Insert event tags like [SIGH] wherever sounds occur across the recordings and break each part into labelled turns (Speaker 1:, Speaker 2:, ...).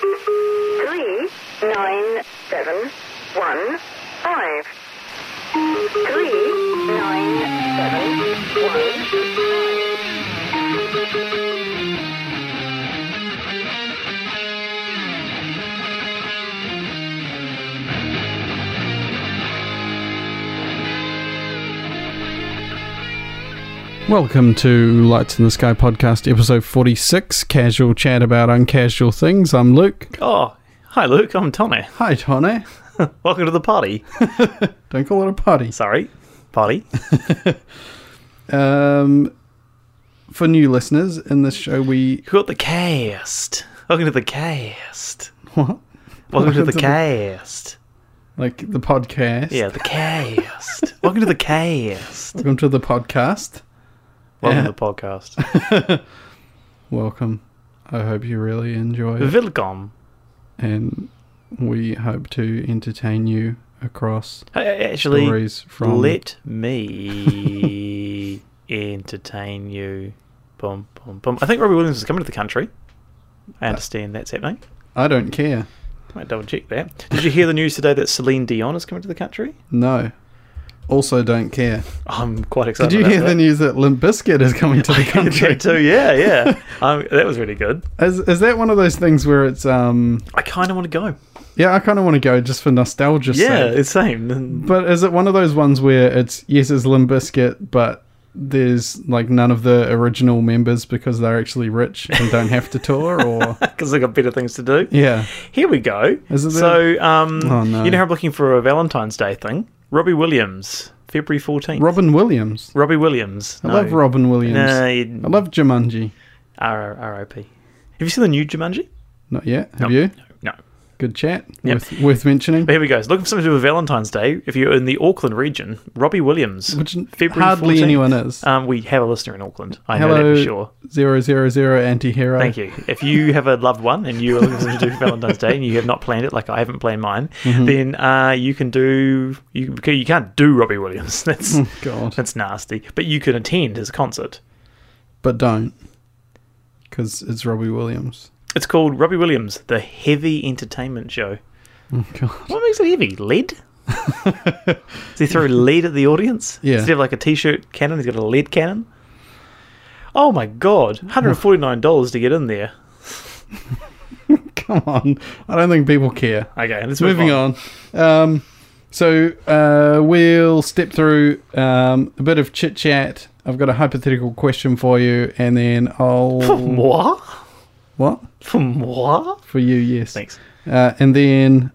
Speaker 1: Three, nine, seven, one, five. Three, nine, seven, one.
Speaker 2: Welcome to Lights in the Sky podcast, episode 46 Casual Chat About Uncasual Things. I'm Luke.
Speaker 3: Oh, hi, Luke. I'm Tommy.
Speaker 2: Hi, Tony.
Speaker 3: Welcome to the party.
Speaker 2: Don't call it a party.
Speaker 3: Sorry, party.
Speaker 2: Um, for new listeners, in this show, we.
Speaker 3: You got the cast. Welcome to the cast.
Speaker 2: What?
Speaker 3: Welcome to the
Speaker 2: Welcome to the-
Speaker 3: cast.
Speaker 2: Like the podcast.
Speaker 3: Yeah, the cast. Welcome to the cast.
Speaker 2: Welcome to the podcast. [LAUGHS]
Speaker 3: Welcome
Speaker 2: Yeah.
Speaker 3: to the podcast.
Speaker 2: Welcome. I hope you really enjoy it.
Speaker 3: Welcome.
Speaker 2: And we hope to entertain you across
Speaker 3: Hey, Actually,
Speaker 2: stories from.
Speaker 3: let me entertain you. Bum, bum, bum. I think Robbie Williams is coming to the country. I understand that's happening.
Speaker 2: I don't care.
Speaker 3: Might double check that. Did you hear the news today that Celine Dion is coming to the country?
Speaker 2: No. Also, don't care.
Speaker 3: I'm quite excited.
Speaker 2: Did you
Speaker 3: about
Speaker 2: hear
Speaker 3: that. [LAUGHS]
Speaker 2: the news that Limp Bizkit is coming to the country?
Speaker 3: that too.
Speaker 2: [LAUGHS]
Speaker 3: Yeah, yeah. um, that was really good.
Speaker 2: Is, is that one of those things where it's um
Speaker 3: I kind of want to go.
Speaker 2: yeah I kind of want to go just for nostalgia's
Speaker 3: Yeah,
Speaker 2: sake.
Speaker 3: it's same. [LAUGHS] And-
Speaker 2: But is it one of those ones where it's yes it's Limp Bizkit but there's like none of the original members because they're actually rich and don't have to tour
Speaker 3: [LAUGHS]
Speaker 2: or
Speaker 3: Because I got better things to do.
Speaker 2: yeah
Speaker 3: Here we go.
Speaker 2: Is it
Speaker 3: so, um,
Speaker 2: Oh, no.
Speaker 3: you know how I'm looking for a Valentine's Day thing? Robbie Williams, February 14th.
Speaker 2: Robin Williams.
Speaker 3: Robbie Williams.
Speaker 2: I love Robin Williams.
Speaker 3: Nah, you-
Speaker 2: I love Jumanji.
Speaker 3: R- R.I.P. Have you seen the new Jumanji?
Speaker 2: Not yet. Have
Speaker 3: No,
Speaker 2: you?
Speaker 3: No. no.
Speaker 2: Good chat.
Speaker 3: Yep.
Speaker 2: Worth, worth mentioning.
Speaker 3: But here we go. It's Looking for something to do with Valentine's Day. If you're in the Auckland region, Robbie Williams.
Speaker 2: Which hardly
Speaker 3: 14th.
Speaker 2: anyone is.
Speaker 3: Um, we have a listener in Auckland. I know
Speaker 2: Hello,
Speaker 3: that for sure.
Speaker 2: zero zero zero anti-hero.
Speaker 3: Thank you. If you have a loved one and you are looking for something to do for Valentine's Day and you have not planned it, like I haven't planned mine,
Speaker 2: Mm-hmm.
Speaker 3: then uh, you can do you you can't do Robbie Williams. [LAUGHS] That's
Speaker 2: Mm. God.
Speaker 3: that's nasty. But you can attend his concert.
Speaker 2: but don't because it's Robbie Williams.
Speaker 3: It's called Robbie Williams, the Heavy Entertainment Show.
Speaker 2: [LAUGHS] Oh God,
Speaker 3: What makes it heavy? Lead?
Speaker 2: [LAUGHS]
Speaker 3: Does he throw lead at the audience?
Speaker 2: Yeah.
Speaker 3: Does he have like a t-shirt cannon? He's got a lead cannon. Oh
Speaker 2: [LAUGHS]
Speaker 3: my god, hundred and forty nine dollars to get in there.
Speaker 2: [LAUGHS] come on! I don't think people care.
Speaker 3: Okay, let's move
Speaker 2: Moving on. Um, so uh, we'll step through um, a bit of chit chat. I've got a hypothetical question for you, and then [LAUGHS]
Speaker 3: For
Speaker 2: I'll
Speaker 3: moi?
Speaker 2: what
Speaker 3: For moi?
Speaker 2: for you? Yes,
Speaker 3: Thanks.
Speaker 2: Uh, and then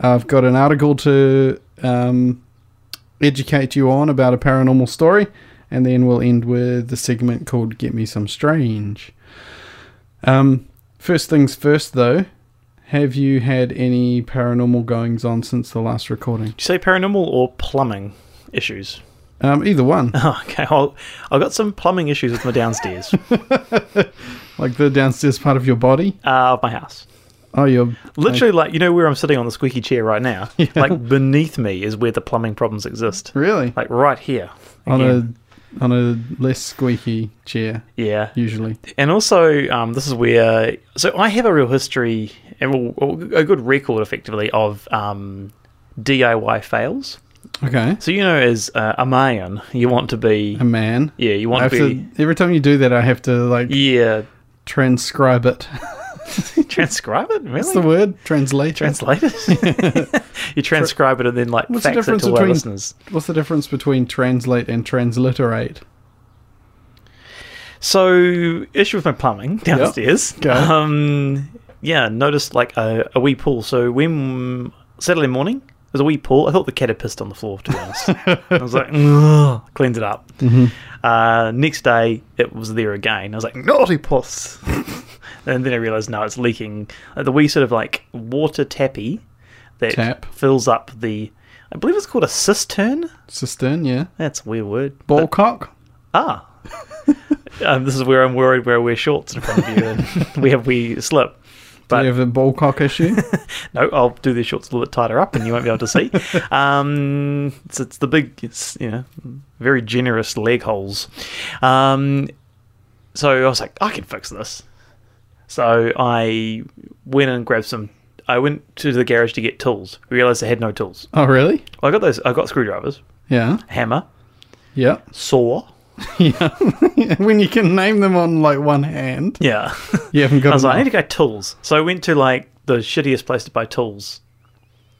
Speaker 2: I've got an article to um, educate you on about a paranormal story, and then we'll end with the segment called "Get Me Some Strange." Um, first things first, though, have you had any paranormal goings on since the last recording?
Speaker 3: you say paranormal or plumbing issues? [LAUGHS]
Speaker 2: Um, either one,
Speaker 3: Oh, okay, well, I've got some plumbing issues with
Speaker 2: [LAUGHS]
Speaker 3: my downstairs,
Speaker 2: like the downstairs part of your body.
Speaker 3: uh, of my house.
Speaker 2: Oh, you're
Speaker 3: Literally, like, you know where I'm sitting on the squeaky chair
Speaker 2: [LAUGHS]
Speaker 3: right now? Like, beneath me is where the plumbing problems exist.
Speaker 2: really
Speaker 3: Like, right here.
Speaker 2: on
Speaker 3: Again.
Speaker 2: a on a less squeaky chair
Speaker 3: yeah.
Speaker 2: usually.
Speaker 3: And also, um, this is where. So, I have a real history and well, a good record, effectively, of um, DIY fails.
Speaker 2: Okay,
Speaker 3: So, you know, as uh, a man, you want to be.
Speaker 2: a man.
Speaker 3: Yeah, you
Speaker 2: I
Speaker 3: want
Speaker 2: have
Speaker 3: to be.
Speaker 2: to, every time you do that, I have to like
Speaker 3: Yeah.
Speaker 2: transcribe it. [LAUGHS]
Speaker 3: Transcribe it? Really?
Speaker 2: What's the word? Translate. it?
Speaker 3: translate it. [LAUGHS] you transcribe it and then like
Speaker 2: What's the
Speaker 3: fax it
Speaker 2: difference
Speaker 3: to all our
Speaker 2: between-
Speaker 3: listeners.
Speaker 2: What's the difference between translate and transliterate?
Speaker 3: So issue with my plumbing downstairs.
Speaker 2: Go.
Speaker 3: Um, yeah, noticed like a, a wee pool. So when Saturday morning there's a wee pool. I thought the cat had pissed on the floor. To
Speaker 2: [LAUGHS]
Speaker 3: be honest, I was like, "Ugh," cleaned it up.
Speaker 2: Mm-hmm.
Speaker 3: Uh, next day it was there again. I was like,
Speaker 2: [LAUGHS]
Speaker 3: naughty puss. and then I realised no, it's leaking. Uh, the wee sort of like water tappy that
Speaker 2: Tap.
Speaker 3: fills up the. I believe it's called a cistern.
Speaker 2: Cistern, yeah.
Speaker 3: That's a weird word. But-
Speaker 2: Ballcock.
Speaker 3: Ah. [LAUGHS] um, this is where I'm worried where I wear shorts in front of you and [LAUGHS] we have we slip.
Speaker 2: Do you
Speaker 3: But
Speaker 2: have a ballcock
Speaker 3: [LAUGHS]
Speaker 2: issue?
Speaker 3: no, I'll do the shorts a little bit tighter up and you won't be able
Speaker 2: [LAUGHS]
Speaker 3: to see. um, it's, it's the big, it's, you know, very generous leg holes. Um, so I was like, I can fix this. So I went and grabbed some. I went to the garage to get tools. Realized I had no tools.
Speaker 2: Oh, really?
Speaker 3: I got those. I got screwdrivers,
Speaker 2: Yeah.
Speaker 3: hammer,
Speaker 2: Yeah. [LAUGHS]
Speaker 3: saw.
Speaker 2: Yeah. when you can name them on like one hand,
Speaker 3: [LAUGHS] Yeah.
Speaker 2: you haven't got
Speaker 3: I was like, I need
Speaker 2: enough.
Speaker 3: to go tools. So I went to like the shittiest place to buy tools,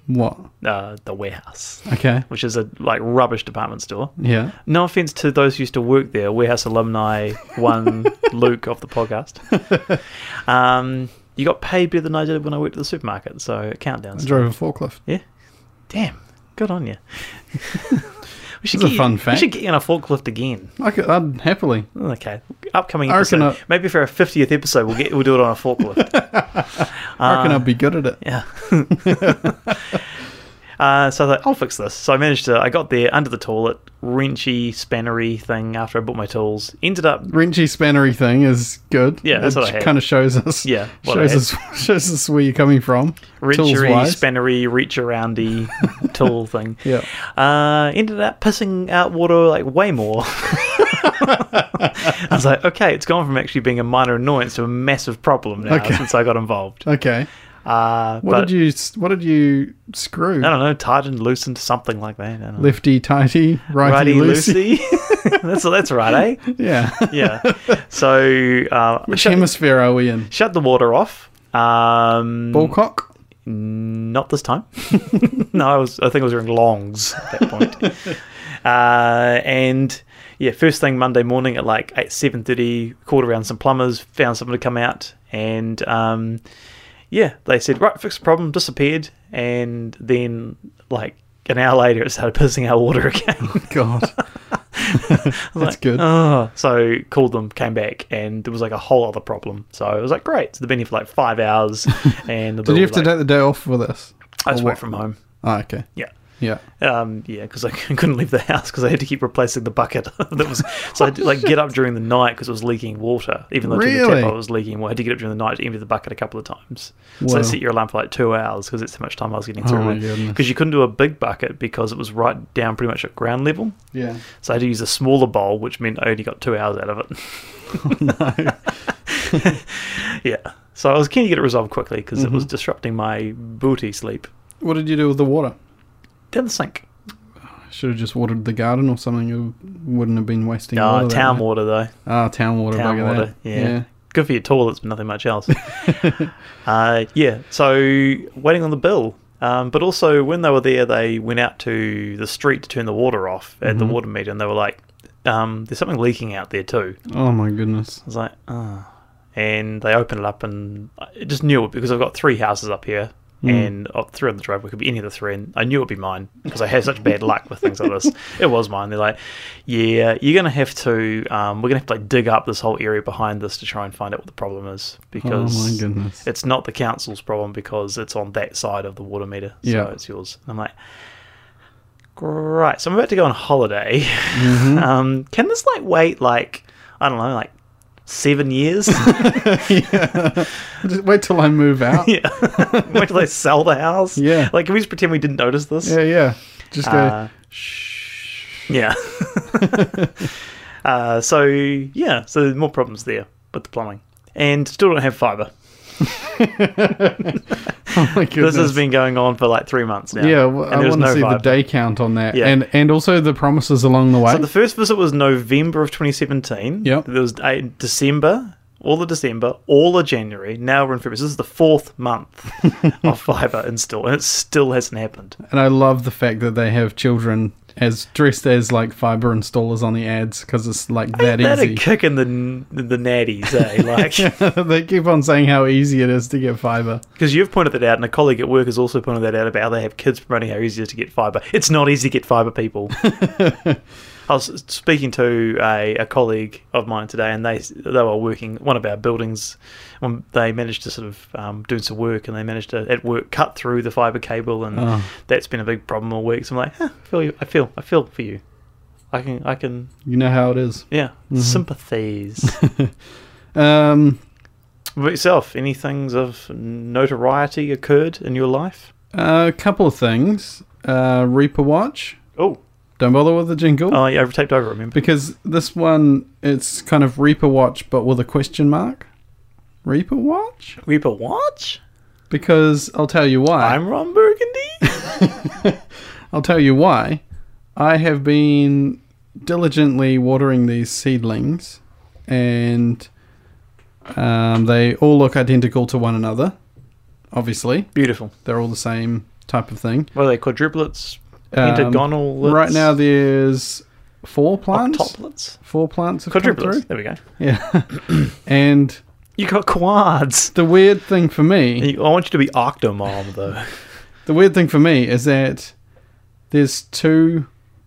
Speaker 2: what?
Speaker 3: uh, the warehouse,
Speaker 2: Okay.
Speaker 3: which is a like rubbish department store.
Speaker 2: Yeah. [LAUGHS]
Speaker 3: No offense to those who used to work there, warehouse alumni
Speaker 2: [LAUGHS]
Speaker 3: one Luke of the podcast. Um, you got paid better than I did when I worked at the supermarket, so
Speaker 2: I
Speaker 3: countdowns.
Speaker 2: drove a forklift.
Speaker 3: Yeah. Damn. Good on you. [LAUGHS] we should
Speaker 2: That's a
Speaker 3: you-
Speaker 2: fun
Speaker 3: We
Speaker 2: fact.
Speaker 3: should get you on a forklift again.
Speaker 2: I could, I'd happily.
Speaker 3: Okay. Upcoming
Speaker 2: I reckon
Speaker 3: episode.
Speaker 2: I-
Speaker 3: Maybe for our fiftieth episode we'll get we'll do it on a forklift.
Speaker 2: [LAUGHS] I reckon I'd be good at it.
Speaker 3: yeah. [LAUGHS] Uh, so I thought, I'll fix this. So I managed to. I got there under the toilet, wrenchy, spannery thing. After I bought my tools, ended up
Speaker 2: Wrenchy spannery thing is good.
Speaker 3: Yeah, that's what I had.
Speaker 2: Kind of shows us.
Speaker 3: Yeah, what I
Speaker 2: Shows us, [LAUGHS] shows us where you're coming from. Tools
Speaker 3: wrenchery,
Speaker 2: wise.
Speaker 3: spannery,
Speaker 2: [LAUGHS]
Speaker 3: reach aroundy tool thing.
Speaker 2: yeah.
Speaker 3: uh, ended up pissing out water like
Speaker 2: [LAUGHS]
Speaker 3: way more. I was like, okay, it's gone from actually being a minor annoyance to a massive problem now
Speaker 2: Okay.
Speaker 3: since I
Speaker 2: [LAUGHS]
Speaker 3: got involved.
Speaker 2: Okay.
Speaker 3: Uh,
Speaker 2: What
Speaker 3: but,
Speaker 2: did you s- What did you screw?
Speaker 3: I don't know, tightened, loosened, something like that. I don't know.
Speaker 2: Lefty tighty, righty,
Speaker 3: Righty
Speaker 2: loosey.
Speaker 3: loosey. [LAUGHS] that's that's right, eh?
Speaker 2: [LAUGHS] Yeah.
Speaker 3: [LAUGHS] Yeah. So uh,
Speaker 2: Which
Speaker 3: shut,
Speaker 2: hemisphere are we
Speaker 3: [LAUGHS]
Speaker 2: in?
Speaker 3: shut the water off. Um, [LAUGHS]
Speaker 2: Ballcock.
Speaker 3: Not this time. [LAUGHS] no, I was. I think I was wearing longs at that point. uh, and yeah, first thing Monday morning at like eight seven thirty, called around some plumbers, found someone to come out, and um, yeah, they said right, fix the problem, disappeared, and then like an hour later, it started [LAUGHS] pissing out water again.
Speaker 2: God. that's good.
Speaker 3: Oh, so called them, came back, and there was like a whole other problem. So I was like, great. So they've been here for like five
Speaker 2: [LAUGHS]
Speaker 3: hours, and the
Speaker 2: did you have to
Speaker 3: like,
Speaker 2: take the day off for this?
Speaker 3: I was
Speaker 2: or
Speaker 3: work
Speaker 2: what?
Speaker 3: from home.
Speaker 2: Oh, okay.
Speaker 3: Yeah.
Speaker 2: Yeah.
Speaker 3: Um, yeah, because I [LAUGHS] couldn't leave the house because I had to keep replacing the bucket [LAUGHS] that was. So I had to like get up during the night because it was leaking water. Even though during the
Speaker 2: Oh, Really?
Speaker 3: tap I was leaking, well, I had to get up during the night to empty the bucket a couple of times. So
Speaker 2: Wow.
Speaker 3: I set your alarm for like two hours because it's how much time I was getting
Speaker 2: Oh my
Speaker 3: through.
Speaker 2: goodness.
Speaker 3: Because you couldn't do a big bucket because it was right down pretty much at ground level.
Speaker 2: Yeah.
Speaker 3: So I had to use a smaller bowl, which meant I only got two hours out of it.
Speaker 2: [LAUGHS]
Speaker 3: [LAUGHS]
Speaker 2: no.
Speaker 3: yeah. So I was keen to get it resolved quickly because it was disrupting my booty sleep.
Speaker 2: What did you do with the water?
Speaker 3: Down the sink.
Speaker 2: Should have just watered the garden or something. You wouldn't have been wasting
Speaker 3: Ah,
Speaker 2: water. that
Speaker 3: town
Speaker 2: way.
Speaker 3: water though.
Speaker 2: Ah, town water.
Speaker 3: Town
Speaker 2: bugger
Speaker 3: water,
Speaker 2: that.
Speaker 3: yeah. Good for your toilets, but nothing much else. uh, yeah, so waiting on the bill. Um, but also, when they were there, they went out to the street to turn the water off at the water meter, and they were like, um, there's something leaking out there too.
Speaker 2: [LAUGHS]
Speaker 3: I
Speaker 2: Oh my goodness.
Speaker 3: was like, oh. And they opened it up, and I just knew it because I've got three houses up here,
Speaker 2: Mm.
Speaker 3: and oh, three on the driveway could be any of the three, and I knew it'd be mine because I have such bad luck with things
Speaker 2: [LAUGHS]
Speaker 3: like this. It was mine. They're like, yeah, you're gonna have to, um, we're gonna have to like dig up this whole area behind this to try and find out what the problem is
Speaker 2: Oh
Speaker 3: because
Speaker 2: my goodness. [LAUGHS]
Speaker 3: it's not the council's problem because it's on that side of the water meter. So
Speaker 2: Yeah.
Speaker 3: it's yours. And I'm like, great. So I'm about to go on holiday.
Speaker 2: Mm-hmm.
Speaker 3: [LAUGHS] um, can this like wait like I don't know, like
Speaker 2: [LAUGHS]
Speaker 3: seven years? [LAUGHS]
Speaker 2: Just wait till I move
Speaker 3: [LAUGHS]
Speaker 2: out. yeah.
Speaker 3: yeah. wait till they sell the house?
Speaker 2: Yeah.
Speaker 3: Like, can we just pretend we didn't notice this?
Speaker 2: Yeah. Just go.
Speaker 3: Uh,
Speaker 2: Shh.
Speaker 3: Yeah. [LAUGHS] uh, so yeah, so more problems there with the plumbing, and still don't have fibre.
Speaker 2: [LAUGHS] Oh my
Speaker 3: This
Speaker 2: goodness.
Speaker 3: has been going on for like three months now.
Speaker 2: Yeah, well,
Speaker 3: and
Speaker 2: I
Speaker 3: there's
Speaker 2: want to see the
Speaker 3: fibre.
Speaker 2: day count on that,
Speaker 3: Yeah.
Speaker 2: and and also the promises along the way.
Speaker 3: So the first visit was November of 2017.
Speaker 2: Yep.
Speaker 3: There was uh, December, all of December, all of January. Now we're in February. So this is the fourth month
Speaker 2: [LAUGHS]
Speaker 3: of fibre install, and it still hasn't happened.
Speaker 2: and I love the fact that they have children as dressed as like fiber installers on the ads because it's like that
Speaker 3: That a
Speaker 2: easy.
Speaker 3: kick in the n- the natties,
Speaker 2: [LAUGHS]
Speaker 3: eh? Like.
Speaker 2: they keep on saying how easy it is to get fiber.
Speaker 3: Because you've pointed that out, and a colleague at work has also pointed that out about how they have kids promoting how easy it is to get fibre. It's not easy to get fibre, people. I was speaking to a, a colleague of mine today, and they they were working one of our buildings. When they managed to sort of um, do some work, and they managed to at work cut through the fibre cable, and
Speaker 2: Oh.
Speaker 3: that's been a big problem all week. So I'm like, huh, I feel you, I feel I feel for you. I can I can
Speaker 2: You know how it is.
Speaker 3: yeah sympathise.
Speaker 2: Um,
Speaker 3: [LAUGHS] What about yourself, any things of notoriety occurred in your life?
Speaker 2: a couple of things. Uh, Reaper Watch.
Speaker 3: Oh,
Speaker 2: Don't bother with the jingle.
Speaker 3: Oh, yeah, I taped over. Remember?
Speaker 2: Because this one, it's kind of Reaper Watch, but with a question mark. Reaper Watch?
Speaker 3: Reaper Watch?
Speaker 2: Because I'll tell you why.
Speaker 3: I'm Ron Burgundy.
Speaker 2: [LAUGHS] I'll tell you why. I have been diligently watering these seedlings, and um, they all look identical to one another. Obviously,
Speaker 3: [LAUGHS] Beautiful.
Speaker 2: they're all the same type of thing.
Speaker 3: What are they? Quadruplets?
Speaker 2: Um,
Speaker 3: Pentagonal?
Speaker 2: Right now, there's four plants.
Speaker 3: Octoplets?
Speaker 2: Four plants have come through.
Speaker 3: Quadruplets. There we go. [COUGHS]
Speaker 2: Yeah, and
Speaker 3: You got quads.
Speaker 2: the weird thing for me,
Speaker 3: You- I want you to be Octomom, though.
Speaker 2: the weird thing for me is that there's two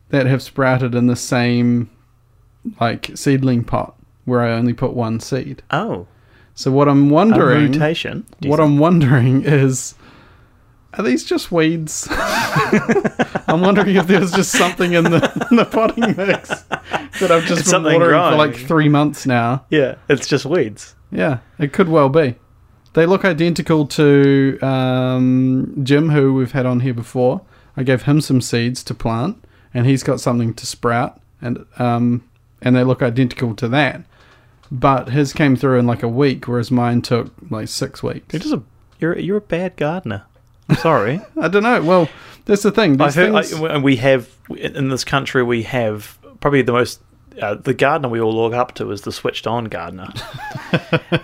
Speaker 2: that have sprouted in the same like seedling pot where I only put one seed.
Speaker 3: [LAUGHS] Oh.
Speaker 2: So what I'm
Speaker 3: A
Speaker 2: wondering,
Speaker 3: mutation. Do you
Speaker 2: what
Speaker 3: think-
Speaker 2: I'm wondering is, are these just
Speaker 3: [LAUGHS]
Speaker 2: weeds? I'm wondering if there's just something in the, in the potting mix that I've just
Speaker 3: It's
Speaker 2: been
Speaker 3: something
Speaker 2: watering for
Speaker 3: growing.
Speaker 2: like three months now.
Speaker 3: Yeah, it's just weeds.
Speaker 2: Yeah, it could well be. They look identical to um, Jim, who we've had on here before. I gave him some seeds to plant, and he's got something to sprout, and um, and they look identical to that. But his came through in like a week, whereas mine took like six weeks.
Speaker 3: You're just a you're you're a bad gardener.
Speaker 2: [LAUGHS]
Speaker 3: I'm sorry.
Speaker 2: I don't know. Well, that's the thing.
Speaker 3: I've
Speaker 2: These
Speaker 3: heard,
Speaker 2: things-
Speaker 3: I, and we have in this country we have probably the most uh, the gardener we all look up to is the switched
Speaker 2: [LAUGHS]
Speaker 3: on gardener.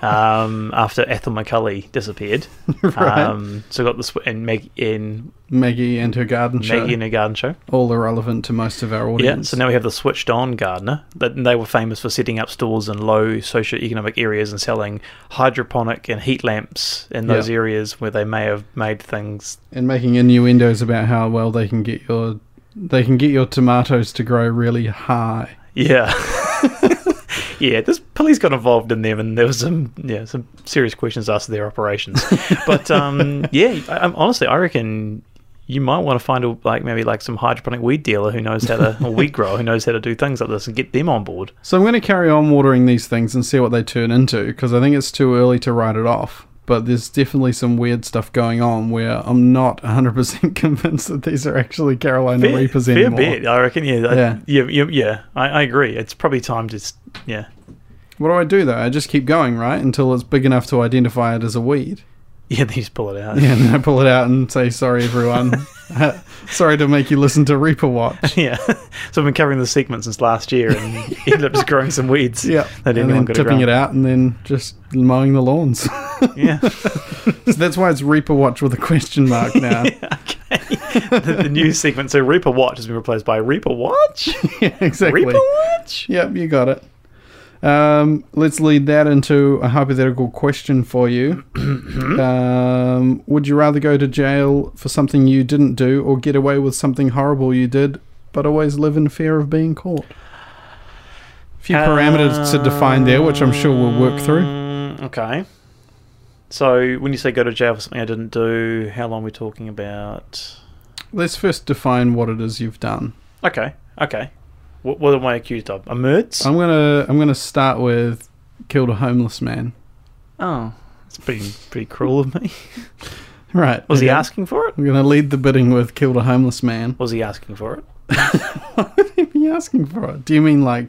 Speaker 3: um, after Ethel McCulley disappeared,
Speaker 2: [LAUGHS] Right.
Speaker 3: um, so got the sw- and Meg in
Speaker 2: Maggie and her garden show,
Speaker 3: Maggie in a garden show.
Speaker 2: all irrelevant to most of our
Speaker 3: Yeah,
Speaker 2: audience.
Speaker 3: so now we have the switched on gardener. That and they were famous for setting up stores in low socioeconomic areas and selling hydroponic and heat lamps in those
Speaker 2: Yeah.
Speaker 3: areas where they may have made things.
Speaker 2: and making innuendos about how well they can get your they can get your tomatoes to grow really high.
Speaker 3: Yeah. [LAUGHS] Yeah, this police got involved in them, and there was some yeah some serious questions asked of
Speaker 2: [LAUGHS]
Speaker 3: their operations. but um, yeah, I, I'm, honestly, I reckon you might want to find a, like maybe like some hydroponic weed dealer who knows how to
Speaker 2: [LAUGHS]
Speaker 3: or weed grower who knows how to do things like this and get them on board.
Speaker 2: So I'm going to carry on watering these things and see what they turn into because I think it's too early to write it off. But there's definitely some weird stuff going on where I'm not 100% [LAUGHS] convinced that these are actually Carolina Reapers
Speaker 3: fair
Speaker 2: anymore.
Speaker 3: bit, I reckon. Yeah, I-
Speaker 2: Yeah.
Speaker 3: yeah, yeah, yeah. I, I agree. It's probably time to s- yeah, [LAUGHS]
Speaker 2: What do I do though? I just keep going, right? Until it's big enough to identify it as a weed. [LAUGHS]
Speaker 3: yeah. They just pull it out.
Speaker 2: Yeah, and then I pull it out and say, sorry, everyone. [LAUGHS] sorry to make you listen to Reaper
Speaker 3: [LAUGHS]
Speaker 2: Watch.
Speaker 3: [LAUGHS] Yeah. so I've been covering the segment since last year
Speaker 2: [LAUGHS]
Speaker 3: and ended up just growing some weeds.
Speaker 2: Yeah.
Speaker 3: That
Speaker 2: and then
Speaker 3: anyone could have
Speaker 2: tipping
Speaker 3: grown.
Speaker 2: it out and then just mowing the lawns. [LAUGHS]
Speaker 3: Yeah.
Speaker 2: so that's why it's Reaper Watch with a question mark
Speaker 3: [LAUGHS]
Speaker 2: now. [LAUGHS]
Speaker 3: okay. the, the new segment. So Reaper Watch has been replaced by Reaper Watch.
Speaker 2: yeah, [LAUGHS] exactly.
Speaker 3: Reaper Watch.
Speaker 2: Yep, you got it. Um, let's lead that into a hypothetical question for you. um, would you rather go to jail for something you didn't do or get away with something horrible you did, but always live in fear of being caught? A few parameters to define there, which I'm sure we'll work through.
Speaker 3: Um, Okay. So when you say go to jail for something I didn't do, how long are we talking about?
Speaker 2: Let's first define what it is you've done.
Speaker 3: Okay. Okay. What, what am I accused of? A murder?
Speaker 2: I'm gonna I'm gonna start with killed a homeless man.
Speaker 3: Oh, it's pretty pretty cruel of
Speaker 2: [LAUGHS]
Speaker 3: me.
Speaker 2: Right.
Speaker 3: Was he
Speaker 2: okay.
Speaker 3: asking for it?
Speaker 2: I'm gonna lead the bidding with killed a homeless man.
Speaker 3: Was he asking for it?
Speaker 2: What are you asking for it? Do you mean like,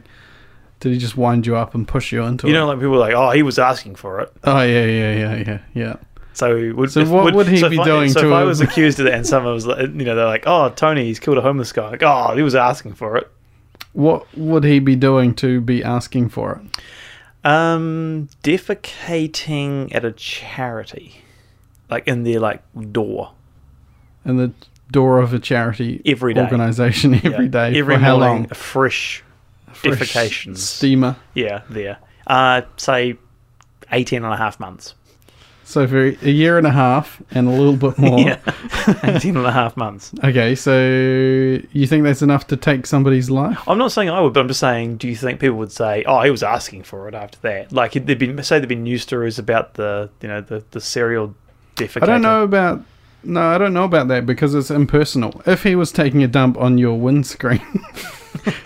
Speaker 2: did he just wind you up and push you into
Speaker 3: You
Speaker 2: it?
Speaker 3: know, like people are like, oh, he was asking for it.
Speaker 2: oh yeah, yeah, yeah, yeah, yeah.
Speaker 3: So, would,
Speaker 2: So what would he
Speaker 3: so if
Speaker 2: be
Speaker 3: I-
Speaker 2: doing
Speaker 3: So
Speaker 2: to
Speaker 3: if I
Speaker 2: him?
Speaker 3: was accused of that, and someone was, like, you know, they're like, oh, Tony, he's killed a homeless guy. Like, oh, he was asking for it.
Speaker 2: What would he be doing to be asking for it?
Speaker 3: Um, defecating at a charity, like in their like door
Speaker 2: And the door of a charity
Speaker 3: Every day.
Speaker 2: organization every day
Speaker 3: every
Speaker 2: for how
Speaker 3: morning,
Speaker 2: long?
Speaker 3: a fresh,
Speaker 2: For a
Speaker 3: defecations.
Speaker 2: steamer.
Speaker 3: yeah, there. Uh, say 18 and a half months. [LAUGHS]
Speaker 2: So for a year and a half and a little
Speaker 3: [LAUGHS]
Speaker 2: bit more.
Speaker 3: Yeah, 18 and a half months.
Speaker 2: Okay, so you think that's enough to take somebody's life?
Speaker 3: I'm not saying I would, but I'm just saying, do you think people would say, "Oh, he was asking for it"? After that, like there'd been say there'd been news stories about the you know the the serial defecator.
Speaker 2: I don't know about. No, I don't know about that because it's impersonal. If he was taking a dump on your windscreen, [LAUGHS]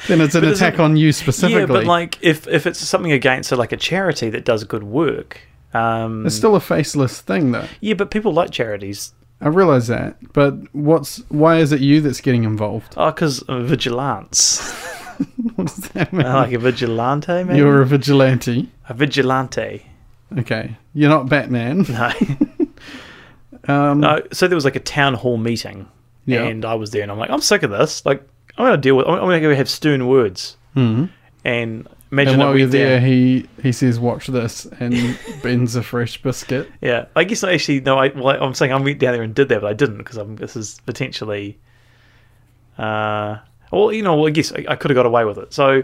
Speaker 2: then it's an
Speaker 3: But is
Speaker 2: attack
Speaker 3: it-
Speaker 2: on you
Speaker 3: Yeah,
Speaker 2: specifically.
Speaker 3: but like if if it's something against so like a charity that does good work, um,
Speaker 2: It's still a faceless thing, though.
Speaker 3: yeah, but people like charities.
Speaker 2: I realize that, but what's why is it you that's getting involved? [LAUGHS]
Speaker 3: Oh, because vigilance. [LAUGHS]
Speaker 2: What does that mean?
Speaker 3: Uh, like a vigilante, maybe?
Speaker 2: You're a vigilante.
Speaker 3: a vigilante. [LAUGHS]
Speaker 2: Okay, you're not Batman.
Speaker 3: No.
Speaker 2: Um,
Speaker 3: no. So there was like a town hall meeting,
Speaker 2: Yeah.
Speaker 3: and I was there, and I'm like, I'm sick of this. Like, I'm gonna deal with. I'm, I'm gonna go have stern words,
Speaker 2: Mhm.
Speaker 3: and imagine
Speaker 2: And
Speaker 3: that
Speaker 2: while
Speaker 3: we
Speaker 2: you're there,
Speaker 3: did-
Speaker 2: he he says, "Watch this," and [LAUGHS] bends a fresh biscuit.
Speaker 3: Yeah, I guess I actually no. I well, I'm saying I went down there and did that, but I didn't because I'm. This is potentially. Uh, well, you know, well, I guess I, I could have got away with it. So,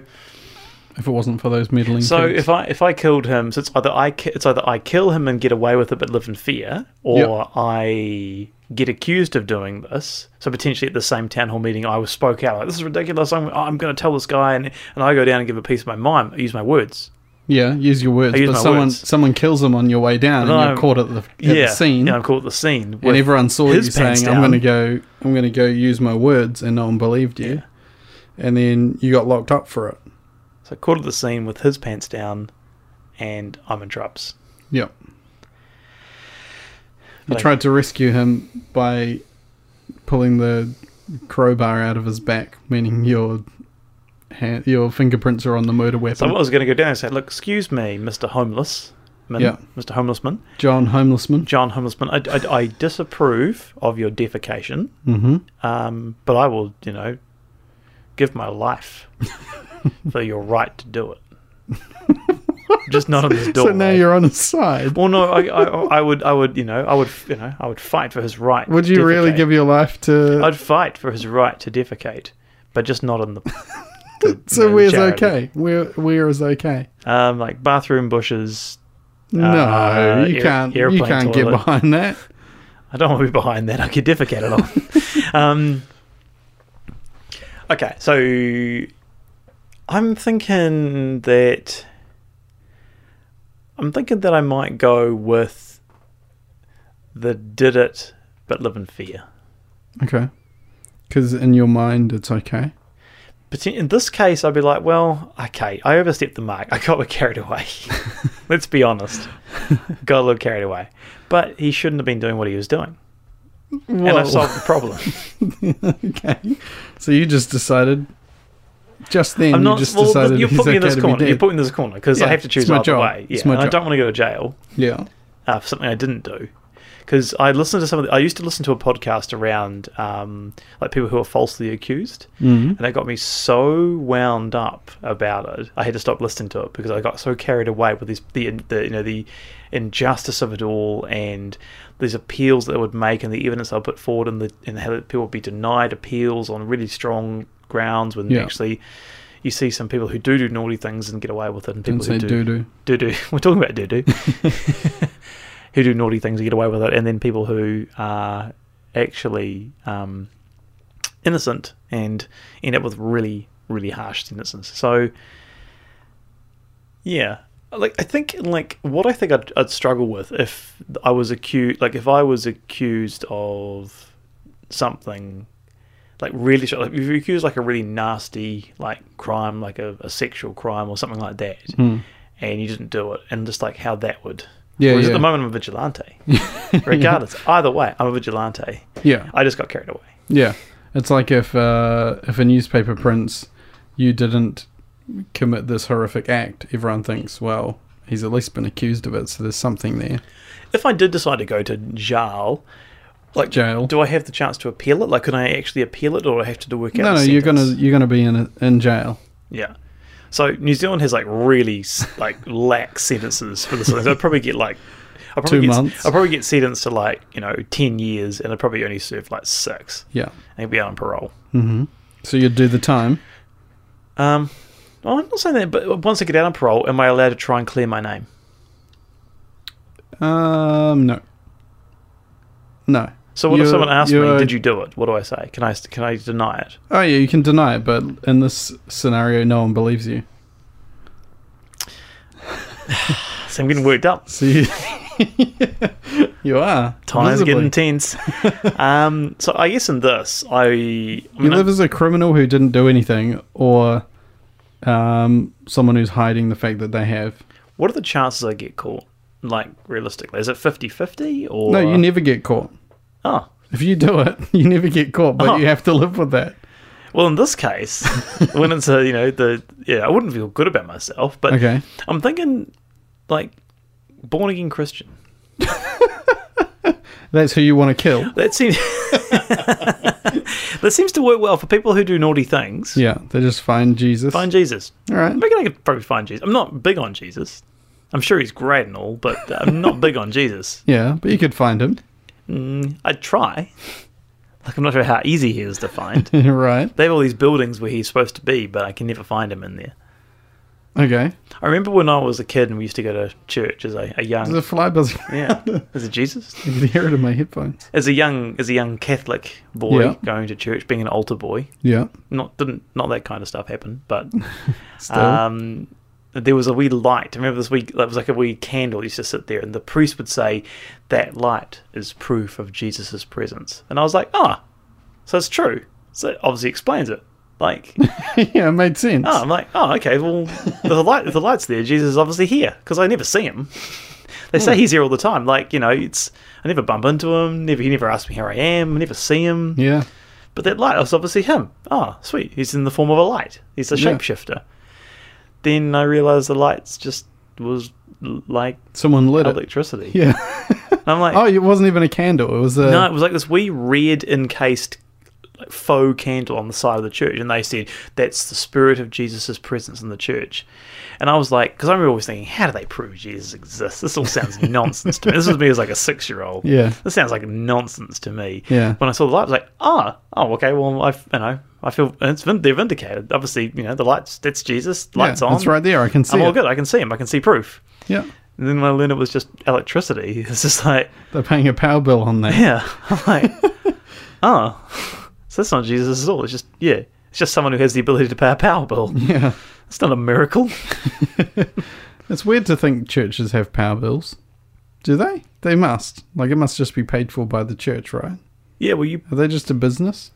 Speaker 2: If it wasn't for those meddling.
Speaker 3: so
Speaker 2: kids.
Speaker 3: if I if I killed him, so it's either I ki- it's either I kill him and get away with it but live in fear, or
Speaker 2: Yep.
Speaker 3: I get accused of doing this. So potentially at the same town hall meeting, I was spoke out like this is ridiculous. I'm I'm going to tell this guy, and and I go down and give a piece of my mind. I use my words.
Speaker 2: yeah, use your words,
Speaker 3: I use
Speaker 2: but
Speaker 3: my
Speaker 2: someone
Speaker 3: words.
Speaker 2: someone kills him on your way down, and
Speaker 3: No, I'm-
Speaker 2: you're caught at the, at
Speaker 3: yeah,
Speaker 2: the scene,
Speaker 3: Yeah, I'm caught at the scene. with
Speaker 2: and everyone saw you
Speaker 3: his pants
Speaker 2: saying, "I'm
Speaker 3: down.
Speaker 2: going to go, I'm going to go use my words," and no one believed you, and then you got locked up for it.
Speaker 3: So I caught at the scene with his pants down, and I'm in traps.
Speaker 2: Yep. You
Speaker 3: Like-
Speaker 2: tried to rescue him by pulling the crowbar out of his back, meaning your hand, your fingerprints are on the murder weapon.
Speaker 3: So I was going to go down and say, "Look, excuse me, Mister Homeless, man,
Speaker 2: Yeah.
Speaker 3: Mister Homelessman,
Speaker 2: John Homelessman.
Speaker 3: John Homelessman, I, I, I disapprove of your defecation,
Speaker 2: Mm-hmm.
Speaker 3: um, but I will, you know, give my
Speaker 2: [LAUGHS]
Speaker 3: life for your right to do it. Just not on this
Speaker 2: [LAUGHS]
Speaker 3: door.
Speaker 2: So now you're on his side.
Speaker 3: Well, no, I, I, I would, I would, you know, I would, you know, I would fight for his right.
Speaker 2: Would you really give your life to?
Speaker 3: I'd fight for his right to defecate, but just not in the. the, you
Speaker 2: [LAUGHS] so
Speaker 3: know,
Speaker 2: where's
Speaker 3: charity.
Speaker 2: okay? Where where is okay?
Speaker 3: Um, like bathroom bushes.
Speaker 2: No,
Speaker 3: Uh,
Speaker 2: you
Speaker 3: air-
Speaker 2: can't. You
Speaker 3: airplane
Speaker 2: can't get
Speaker 3: toilet.
Speaker 2: behind that.
Speaker 3: I don't want to be behind that. I could defecate it on. um, okay, so I'm thinking that I'm thinking that I might go with the did it but live in fear.
Speaker 2: Okay, because in your mind it's okay. [LAUGHS]
Speaker 3: But in this case, I'd be like, well, okay, I overstepped the mark. [LAUGHS] I got a bit carried away. Let's be honest. got a little carried away. But he shouldn't have been doing what he was doing. And I've solved the problem.
Speaker 2: okay. So you just decided. Just then,
Speaker 3: I'm not.
Speaker 2: you just
Speaker 3: well,
Speaker 2: decided
Speaker 3: you
Speaker 2: he's
Speaker 3: put me in
Speaker 2: okay
Speaker 3: this
Speaker 2: to be
Speaker 3: corner. You
Speaker 2: dead.
Speaker 3: put me in this corner because
Speaker 2: Yeah,
Speaker 3: I have to choose
Speaker 2: it's my
Speaker 3: either
Speaker 2: job.
Speaker 3: way. Yeah,
Speaker 2: It's my
Speaker 3: and I
Speaker 2: job.
Speaker 3: don't want to go to jail
Speaker 2: yeah.
Speaker 3: uh, for something I didn't do. Because I listened to some of the, I used to listen to a podcast around um, like people who are falsely accused, and that got me so wound up about it. I had to stop listening to it because I got so carried away with this, the, the you know the injustice of it all, and these appeals that they would make, and the evidence they would put forward, and the and how that people would be denied appeals on really strong grounds when
Speaker 2: Yeah.
Speaker 3: actually you see some people who do do naughty things and get away with it, and people
Speaker 2: Didn't say
Speaker 3: who do
Speaker 2: doo doo.
Speaker 3: doo doo. [LAUGHS] We're talking about doo doo. who do naughty things and get away with it, and then people who are actually um, innocent and end up with really, really harsh sentences. So, yeah, like I think like what I think I'd, I'd struggle with if I was accused, like if I was accused of something. Like really, like if you're accused like a really nasty like crime, like a, a sexual crime or something like that, and you didn't do it, and just like how that would.
Speaker 2: Hmm. Yeah,
Speaker 3: Whereas
Speaker 2: yeah.
Speaker 3: at the moment I'm
Speaker 2: [LAUGHS]
Speaker 3: a vigilante. Regardless, either way, I'm a vigilante.
Speaker 2: Yeah,
Speaker 3: I just got carried away.
Speaker 2: yeah. It's like if uh, if a newspaper prints, you didn't commit this horrific act. Everyone thinks, well, he's at least been accused of it, so there's something there.
Speaker 3: If I did decide to go to jail, like
Speaker 2: Jail.
Speaker 3: do I have the chance to appeal it? Like, can I actually appeal it, or do I have to do work out?
Speaker 2: no,
Speaker 3: the
Speaker 2: no, you're gonna
Speaker 3: sentence?
Speaker 2: you're gonna be in a, in jail.
Speaker 3: Yeah. So New Zealand has like really s- like [LAUGHS] lax sentences for this. I'd probably get like I'd
Speaker 2: Two
Speaker 3: probably get,
Speaker 2: months.
Speaker 3: I'd probably get sentenced to like you know ten years, and I'd probably only serve like six.
Speaker 2: Yeah.
Speaker 3: And be out on parole.
Speaker 2: So you'd do the time.
Speaker 3: Um, well, I'm not saying that, but once I get out on parole, am I allowed to try and clear my name?
Speaker 2: Um, no. No.
Speaker 3: So what if
Speaker 2: You're-
Speaker 3: someone asks me,
Speaker 2: you're-
Speaker 3: "Did you do it?" What do I say? Can I can I deny it?
Speaker 2: Oh yeah, you can deny it, but in this scenario, no one believes you.
Speaker 3: So I'm getting worked up.
Speaker 2: So you, [LAUGHS] you are
Speaker 3: Time's
Speaker 2: visibly.
Speaker 3: getting
Speaker 2: [LAUGHS]
Speaker 3: tense. um, so I guess in this, I, I mean,
Speaker 2: You live as a criminal who didn't do anything, or um, someone who's hiding the fact that they have.
Speaker 3: what are the chances I get caught? Like realistically, is it 50-50 or
Speaker 2: No, you never get caught.
Speaker 3: Oh,
Speaker 2: If you do it, [LAUGHS] you never get caught, but
Speaker 3: Oh.
Speaker 2: you have to live with
Speaker 3: [LAUGHS]
Speaker 2: that.
Speaker 3: well, in
Speaker 2: [LAUGHS]
Speaker 3: this case, when it's a, you know, the, yeah, I wouldn't feel good about myself, but
Speaker 2: Okay.
Speaker 3: I'm thinking like born again Christian.
Speaker 2: That's who you want to kill. [LAUGHS]
Speaker 3: That seems [LAUGHS] that seems to work well for people who do naughty things.
Speaker 2: Yeah, they just find Jesus.
Speaker 3: Find Jesus.
Speaker 2: All right.
Speaker 3: I reckon I could probably find Jesus. I'm not big on Jesus. I'm sure he's great and all, but I'm not big on Jesus.
Speaker 2: Yeah, but you could find him. [LAUGHS]
Speaker 3: I'd try. Like I'm not sure how easy he is
Speaker 2: [LAUGHS]
Speaker 3: to find.
Speaker 2: right.
Speaker 3: they have all these buildings where he's supposed to be, but I can never find him in there.
Speaker 2: Okay.
Speaker 3: I remember when I was a kid and we used to go to church as a, a
Speaker 2: There's a
Speaker 3: young
Speaker 2: fly buzzing.
Speaker 3: [LAUGHS]
Speaker 2: [LAUGHS]
Speaker 3: yeah, as a Jesus,
Speaker 2: I can hear it in my headphones.
Speaker 3: as a young as a young Catholic boy
Speaker 2: Yeah.
Speaker 3: going to church, being an altar boy.
Speaker 2: Yeah.
Speaker 3: Not didn't not that kind of stuff happened, but
Speaker 2: Still.
Speaker 3: um, there was a wee light. I remember this wee that was like a wee candle that used to sit there, and the priest would say that light is proof of Jesus' presence. And I was like, ah, so it's true. So it obviously explains it. Like,
Speaker 2: [LAUGHS] yeah, it made sense.
Speaker 3: oh, I'm like, oh, okay. Well, the light, if the light's there. Jesus is obviously here because I never see him. [LAUGHS] They say he's here all the time. Like, you know, it's I never bump into him. Never he never asks me how I am. I never see him.
Speaker 2: Yeah.
Speaker 3: But that light was obviously him. Ah, sweet. He's in the form of a light. He's a
Speaker 2: Yeah.
Speaker 3: shapeshifter. Then I realized the lights just was l- like
Speaker 2: Someone lit it.
Speaker 3: electricity.
Speaker 2: [LAUGHS]
Speaker 3: [LAUGHS]
Speaker 2: Yeah.
Speaker 3: And I'm like,
Speaker 2: oh, it wasn't even a candle. It was a.
Speaker 3: no, it was like this wee red encased like, faux candle on the side of the church. And they said, that's the spirit of Jesus' presence in the church. And I was like, because I remember always thinking, how do they prove Jesus exists? This all
Speaker 2: [LAUGHS]
Speaker 3: sounds nonsense to me. This was me as like a six year old.
Speaker 2: Yeah.
Speaker 3: This sounds like nonsense to me.
Speaker 2: Yeah.
Speaker 3: When I saw the light, I was like, ah, oh, okay. Well, I, you know, I feel and it's vin- they're vindicated. Obviously, you know, the lights. That's Jesus.
Speaker 2: Yeah,
Speaker 3: Lights on.
Speaker 2: It's right there. I can see
Speaker 3: I'm all
Speaker 2: it.
Speaker 3: good. I can see him. I can see proof.
Speaker 2: Yeah.
Speaker 3: And then when I learned it was just electricity, [LAUGHS] it's just like,
Speaker 2: They're paying a power bill on that.
Speaker 3: [LAUGHS] yeah, I'm like, oh, so that's not Jesus at all. It's just yeah, it's just someone who has the ability to pay a power bill.
Speaker 2: Yeah.
Speaker 3: It's not a miracle. [LAUGHS]
Speaker 2: It's weird to think churches have power bills. Do they? They must. Like, it must just be paid for by the church, right?
Speaker 3: Yeah, well, you,
Speaker 2: Are they just a business?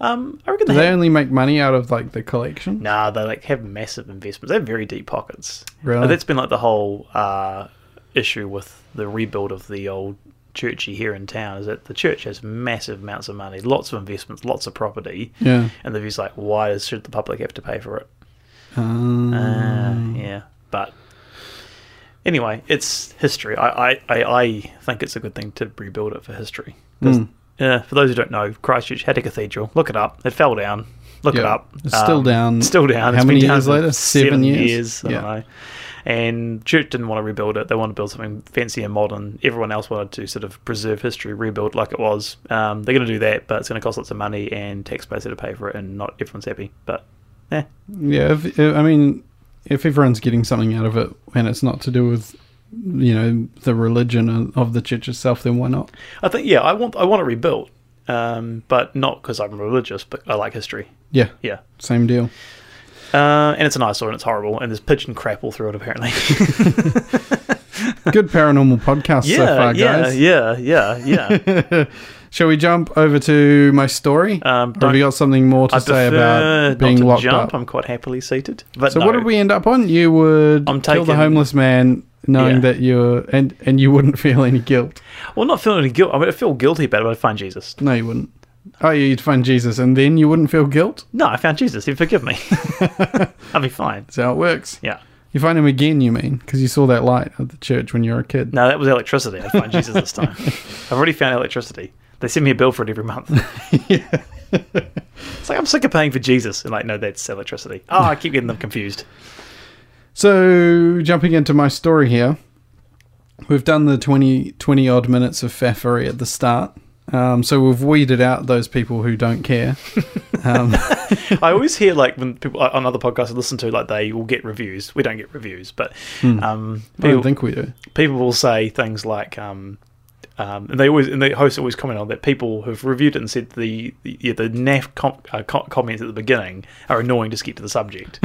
Speaker 3: um, I reckon they.
Speaker 2: Do they
Speaker 3: have-
Speaker 2: only make money out of, like, the collection?
Speaker 3: Nah, they like have massive investments. They have very deep pockets.
Speaker 2: Really?
Speaker 3: That's been like the whole uh, issue with the rebuild of the old churchy here in town is that the church has massive amounts of money, lots of investments, lots of property.
Speaker 2: Yeah.
Speaker 3: And the view's like, why does, should the public have to pay for it?
Speaker 2: Um,
Speaker 3: Uh, yeah. But anyway, it's history. I, I, I, I think it's a good thing to rebuild it for history. There's-
Speaker 2: Mm.
Speaker 3: Yeah, for those who don't know, Christchurch had a cathedral. Look it up. It fell down. Look it
Speaker 2: Yeah.
Speaker 3: up.
Speaker 2: It's still down-
Speaker 3: Still down.
Speaker 2: how
Speaker 3: It's
Speaker 2: many
Speaker 3: been down
Speaker 2: years
Speaker 3: for
Speaker 2: later? Seven years?
Speaker 3: I
Speaker 2: Yeah.
Speaker 3: don't know. And church didn't want to rebuild it. They wanted to build something fancy and modern. Everyone else wanted to sort of preserve history, rebuild like it was. Um, they're going to do that, but it's going to cost lots of money and taxpayers have to pay for it, and not everyone's happy. But eh,
Speaker 2: Yeah, if, I mean, if everyone's getting something out of it and it's not to do with, you know, the religion of- of the church itself, then why not?
Speaker 3: I think yeah, I want I want it rebuilt, um, but not because I'm religious, but I like history.
Speaker 2: Yeah,
Speaker 3: Yeah,
Speaker 2: same
Speaker 3: [LAUGHS]
Speaker 2: deal.
Speaker 3: uh, and it's an eyesore and it's horrible, and there's pigeon crap all through
Speaker 2: [LAUGHS]
Speaker 3: it apparently.
Speaker 2: Good paranormal podcast
Speaker 3: yeah,
Speaker 2: so far,
Speaker 3: yeah,
Speaker 2: guys.
Speaker 3: yeah, yeah,
Speaker 2: [LAUGHS]
Speaker 3: yeah,
Speaker 2: Shall we jump over to my story?
Speaker 3: Um,
Speaker 2: or have
Speaker 3: don't-
Speaker 2: you got something more to
Speaker 3: I
Speaker 2: say
Speaker 3: prefer
Speaker 2: about being
Speaker 3: not to
Speaker 2: locked
Speaker 3: jump.
Speaker 2: up?
Speaker 3: I'm quite happily seated. But
Speaker 2: So
Speaker 3: no.
Speaker 2: what did we end up on? You would
Speaker 3: I'm
Speaker 2: kill the
Speaker 3: taking-
Speaker 2: homeless man, knowing
Speaker 3: Yeah.
Speaker 2: that you're and and you wouldn't feel any guilt.
Speaker 3: Well, not feeling any guilt. I mean, I feel guilty about it. But I find Jesus.
Speaker 2: No, you wouldn't. Oh, yeah, you'd find Jesus, and then you wouldn't feel guilt.
Speaker 3: No, I found Jesus. He'd
Speaker 2: [LAUGHS]
Speaker 3: forgive me. I'll be fine.
Speaker 2: That's how it works.
Speaker 3: Yeah.
Speaker 2: You find him again, you mean? Because you saw that light at the church when you were a kid.
Speaker 3: No, that was electricity. I find Jesus
Speaker 2: [LAUGHS]
Speaker 3: this time. I've already found electricity. They send me a bill for it
Speaker 2: [LAUGHS]
Speaker 3: every month. it's like I'm sick of paying for Jesus, and like, no, that's electricity. Oh, I keep getting them confused.
Speaker 2: So, jumping into my story here, we've done the 20, 20 odd minutes of faffery at the start. Um, so, we've weeded out those people who don't care. Um,
Speaker 3: I always hear like when people on other podcasts I listen to, like they will get reviews. We don't get reviews, but um,
Speaker 2: Hmm. I don't
Speaker 3: people,
Speaker 2: think we do.
Speaker 3: people will say things like, um, um, and they always and the hosts always comment on that people who've reviewed it and said the the, yeah, the naff com- uh, co- comments at the beginning are annoying to skip to the subject.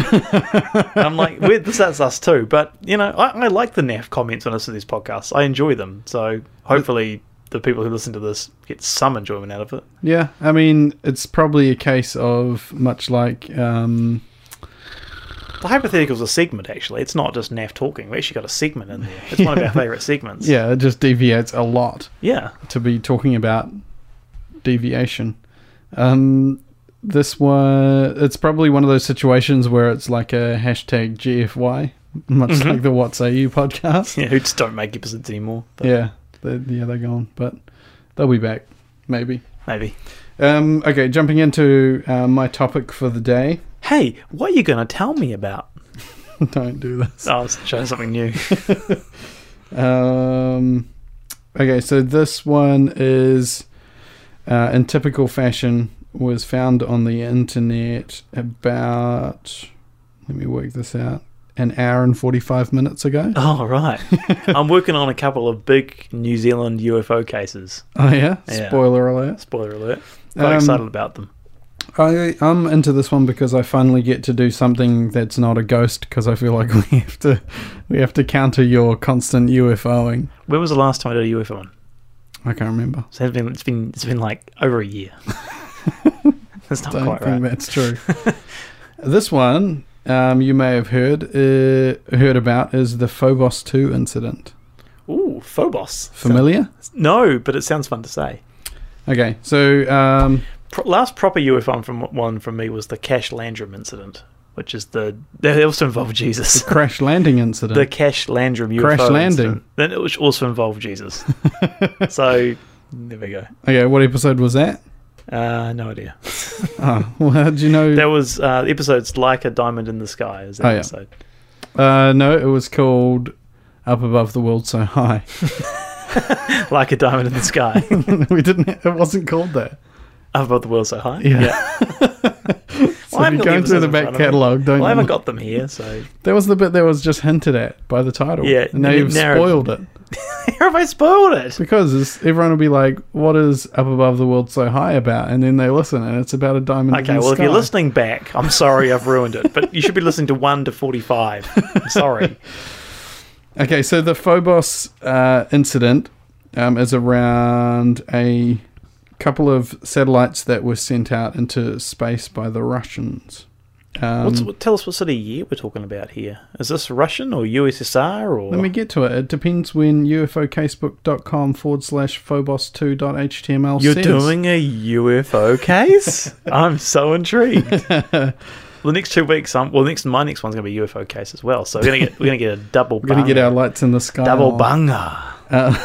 Speaker 3: I'm like, weird, this, that's us too. But you know, I, I like the naff comments when I listen to these podcasts. I enjoy them. So hopefully, the people who listen to this get some enjoyment out of it.
Speaker 2: Yeah, I mean, it's probably a case of much like. Um,
Speaker 3: The hypothetical's a segment actually. It's not just naff talking. We actually got a segment in there. It's one of our favourite segments.
Speaker 2: yeah, it just deviates a lot
Speaker 3: Yeah. [LAUGHS]
Speaker 2: to be talking about deviation. Um, this one, it's probably one of those situations where it's like a hashtag GFY, much like the What's AU podcast.
Speaker 3: Yeah, who just don't make episodes anymore. But
Speaker 2: yeah, they're, yeah, they're gone, but they'll be back, maybe.
Speaker 3: Maybe.
Speaker 2: Um, okay, jumping into uh, my topic for the day. [LAUGHS]
Speaker 3: Hey, what are you going to tell me about?
Speaker 2: Don't do this.
Speaker 3: Oh, I was showing something new.
Speaker 2: Um, okay, so this one is, uh, in typical fashion, was found on the internet about, let me work this out, an hour and 45 minutes ago.
Speaker 3: [LAUGHS] oh, [LAUGHS] right. I'm working on a couple of big New Zealand UFO cases.
Speaker 2: Oh, yeah?
Speaker 3: Yeah.
Speaker 2: Spoiler alert.
Speaker 3: Spoiler alert. Quite
Speaker 2: Um,
Speaker 3: excited about them.
Speaker 2: I, I'm into this one because I finally get to do something that's not a ghost because I feel like [LAUGHS] we have to we have to counter your constant UFOing.
Speaker 3: When was the last time I did a UFO one?
Speaker 2: I can't remember.
Speaker 3: So it's been it's been it's been like over a [LAUGHS] year. That's not
Speaker 2: don't
Speaker 3: quite
Speaker 2: think
Speaker 3: right.
Speaker 2: that's true. [LAUGHS] this one um, you may have heard uh, heard about is the Phobos two incident.
Speaker 3: Ooh, Phobos.
Speaker 2: Familiar?
Speaker 3: So- no, but it sounds fun to say.
Speaker 2: Okay, so um,
Speaker 3: Pro- last proper UFO from one from me was the Cash Landrum incident, which is the that also involved [LAUGHS] Jesus.
Speaker 2: crash landing
Speaker 3: the
Speaker 2: incident.
Speaker 3: Cash Landrum UFO
Speaker 2: Crash landing.
Speaker 3: incident, then it- which also involved Jesus. so there we go.
Speaker 2: [LAUGHS] okay, what episode was that?
Speaker 3: Uh, no idea.
Speaker 2: Oh, [LAUGHS] well, how do you know?
Speaker 3: That was uh, the episode's like a diamond in the sky. Is that
Speaker 2: Oh, yeah.
Speaker 3: episode?
Speaker 2: uh, no, it was called Up Above the World So High. [LAUGHS]
Speaker 3: Like a diamond in the [LAUGHS] sky
Speaker 2: we didn't. It wasn't called that.
Speaker 3: above the world so high.
Speaker 2: Yeah. [LAUGHS]
Speaker 3: So
Speaker 2: if you're going through the back catalogue, don't
Speaker 3: Well, I haven't
Speaker 2: you?
Speaker 3: got them here, [LAUGHS] so
Speaker 2: That was the bit that was just hinted at by the title.
Speaker 3: Yeah,
Speaker 2: and now
Speaker 3: n-
Speaker 2: you've
Speaker 3: narrow-
Speaker 2: spoiled it.
Speaker 3: here have I spoiled it?
Speaker 2: Because it's, everyone will be like, "What is up above the world so high about?" And then they listen, and it's about a diamond. in
Speaker 3: Okay,
Speaker 2: the
Speaker 3: well, if
Speaker 2: sky.
Speaker 3: you're listening back, I'm sorry I've ruined it, but you should be listening to 1 to 45. I'm [LAUGHS] sorry.
Speaker 2: Okay, so the Phobos uh, incident um, is around a couple of satellites that were sent out into space by the Russians. Um,
Speaker 3: What's, what, tell us what sort of year we're talking about here. Is this Russian or USSR or.
Speaker 2: let me get to it. It depends when ufocasebook.com forward slash phobos2.html
Speaker 3: You're
Speaker 2: says.
Speaker 3: doing a UFO [LAUGHS] case? I'm so intrigued. [LAUGHS] the next two weeks, um, well, next my next one's gonna be UFO case as well. So we're gonna get we're gonna [LAUGHS] get Oh. a double.
Speaker 2: We're going to get
Speaker 3: banger.
Speaker 2: our lights in the sky.
Speaker 3: double
Speaker 2: on.
Speaker 3: banger.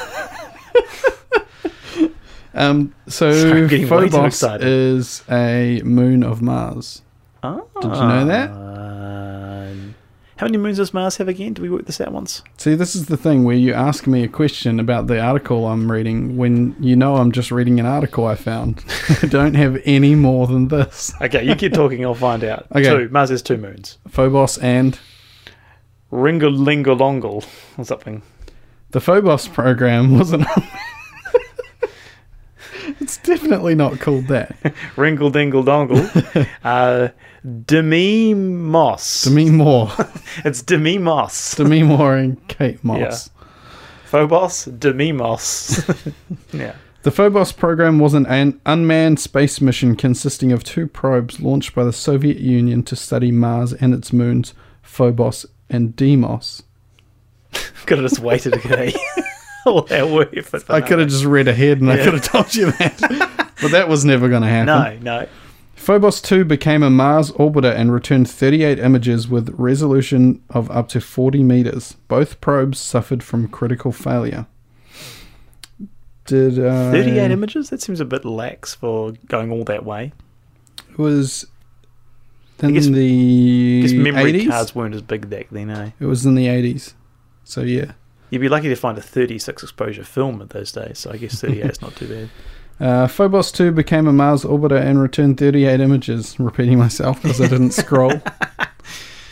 Speaker 2: Um, so
Speaker 3: Sorry, [LAUGHS] I'm getting way too
Speaker 2: Phobos
Speaker 3: excited.
Speaker 2: is a moon of Mars.
Speaker 3: Did
Speaker 2: you know that?
Speaker 3: Ah. how many moons does Mars have again? Did we work this out once?
Speaker 2: See, this is the thing where you ask me a question about the article I'm reading when you know I'm just reading an article I found. [LAUGHS] I don't have any more than this.
Speaker 3: Okay, you keep talking. I'll find [LAUGHS] out.
Speaker 2: Okay.
Speaker 3: Two. Mars has two moons.
Speaker 2: Phobos and
Speaker 3: Ringalingolongle or something.
Speaker 2: the Phobos program wasn't. [LAUGHS] it's definitely not called that.
Speaker 3: Ringle dingle [LAUGHS] dongle. uh, Demi Moss.
Speaker 2: To me, more.
Speaker 3: It's Demi Moss.
Speaker 2: to me, more and Kate Moss. [LAUGHS]
Speaker 3: Phobos, Demimos. yeah.
Speaker 2: The Phobos program was an un- unmanned space mission consisting of two probes launched by the Soviet Union to study Mars and its moons, Phobos and Deimos.
Speaker 3: Could have just waited a [LAUGHS] day. All that work if it-
Speaker 2: I could have just read ahead and I
Speaker 3: Yeah.
Speaker 2: could have told you that.
Speaker 3: [LAUGHS]
Speaker 2: but that was never going to happen.
Speaker 3: No, no.
Speaker 2: Phobos 2 became a Mars orbiter and returned 38 images with resolution of up to 40 meters. Both probes suffered from critical failure. Did uh,
Speaker 3: 38 images? That seems a bit lax for going all that way.
Speaker 2: was in
Speaker 3: guess-
Speaker 2: the
Speaker 3: Because memory
Speaker 2: 80s?
Speaker 3: cards weren't as big back then, eh?
Speaker 2: It was in the 80s. So yeah.
Speaker 3: You'd be lucky to find a 36 exposure film at those days, so I guess 38 is not too bad.
Speaker 2: Uh, Phobos 2 became a Mars orbiter and returned 38 images, repeating myself because I didn't scroll.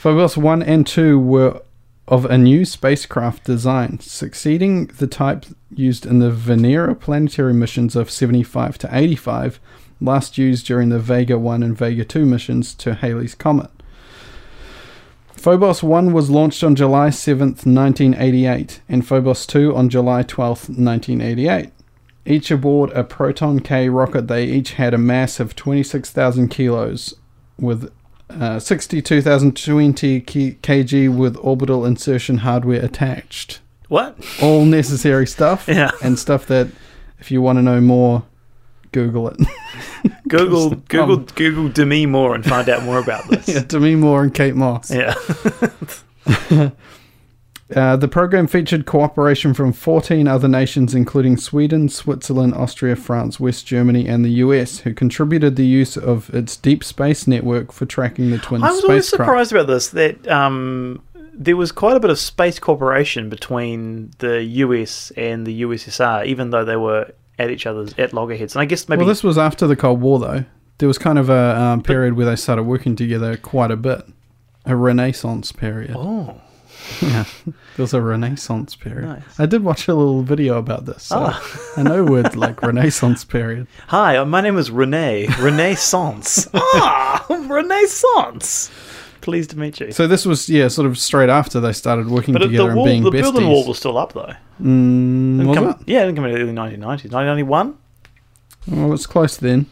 Speaker 2: Phobos 1 and 2 were of a new spacecraft design, succeeding the type used in the Venera planetary missions of 75 to 85, last used during the Vega 1 and Vega 2 missions to Halley's Comet. Phobos 1 was launched on July 7th, 1988, and Phobos 2 on July 12th, 1988. Each aboard a Proton K rocket, they each had a mass of 26,000 kilos, with uh, 62,020 ki- kg with orbital insertion hardware attached.
Speaker 3: What?
Speaker 2: [LAUGHS] All necessary stuff,
Speaker 3: Yeah.
Speaker 2: and stuff that, if you want to know more, Google it.
Speaker 3: Google
Speaker 2: Because-
Speaker 3: Google
Speaker 2: um,
Speaker 3: Google Demi Moore and find out more about
Speaker 2: [LAUGHS]
Speaker 3: this.
Speaker 2: yeah, Demi Moore and Kate Moss.
Speaker 3: yeah.
Speaker 2: Uh, the program featured cooperation from 14 other nations, including Sweden, Switzerland, Austria, France, West Germany, and the US, who contributed the use of its deep space network for tracking the twin
Speaker 3: I was always
Speaker 2: spacecraft.
Speaker 3: surprised about this that um, there was quite a bit of space cooperation between the US and the USSR, even though they were at each other's at loggerheads. And I guess maybe
Speaker 2: Well, this was after the Cold War, though. There was kind of a um, period where they started working together quite a bit. A renaissance period.
Speaker 3: oh
Speaker 2: Yeah. There was a renaissance period.
Speaker 3: Nice.
Speaker 2: I did watch a little video about this. So
Speaker 3: Ah.
Speaker 2: I know
Speaker 3: [LAUGHS]
Speaker 2: words like renaissance period.
Speaker 3: hi, uh, my name is Renee
Speaker 2: [LAUGHS]
Speaker 3: Renaissance. [LAUGHS] ah, Renaissance. Pleased to meet you.
Speaker 2: So this was, yeah, sort of straight after they started working
Speaker 3: but it- the
Speaker 2: together
Speaker 3: wall,
Speaker 2: and being
Speaker 3: the
Speaker 2: besties.
Speaker 3: Berlin Wall was still up though.
Speaker 2: Mm,
Speaker 3: Didn't
Speaker 2: was
Speaker 3: come-
Speaker 2: it?
Speaker 3: Yeah, it didn't come in the early 1990s. 1991?
Speaker 2: Well, it's close then.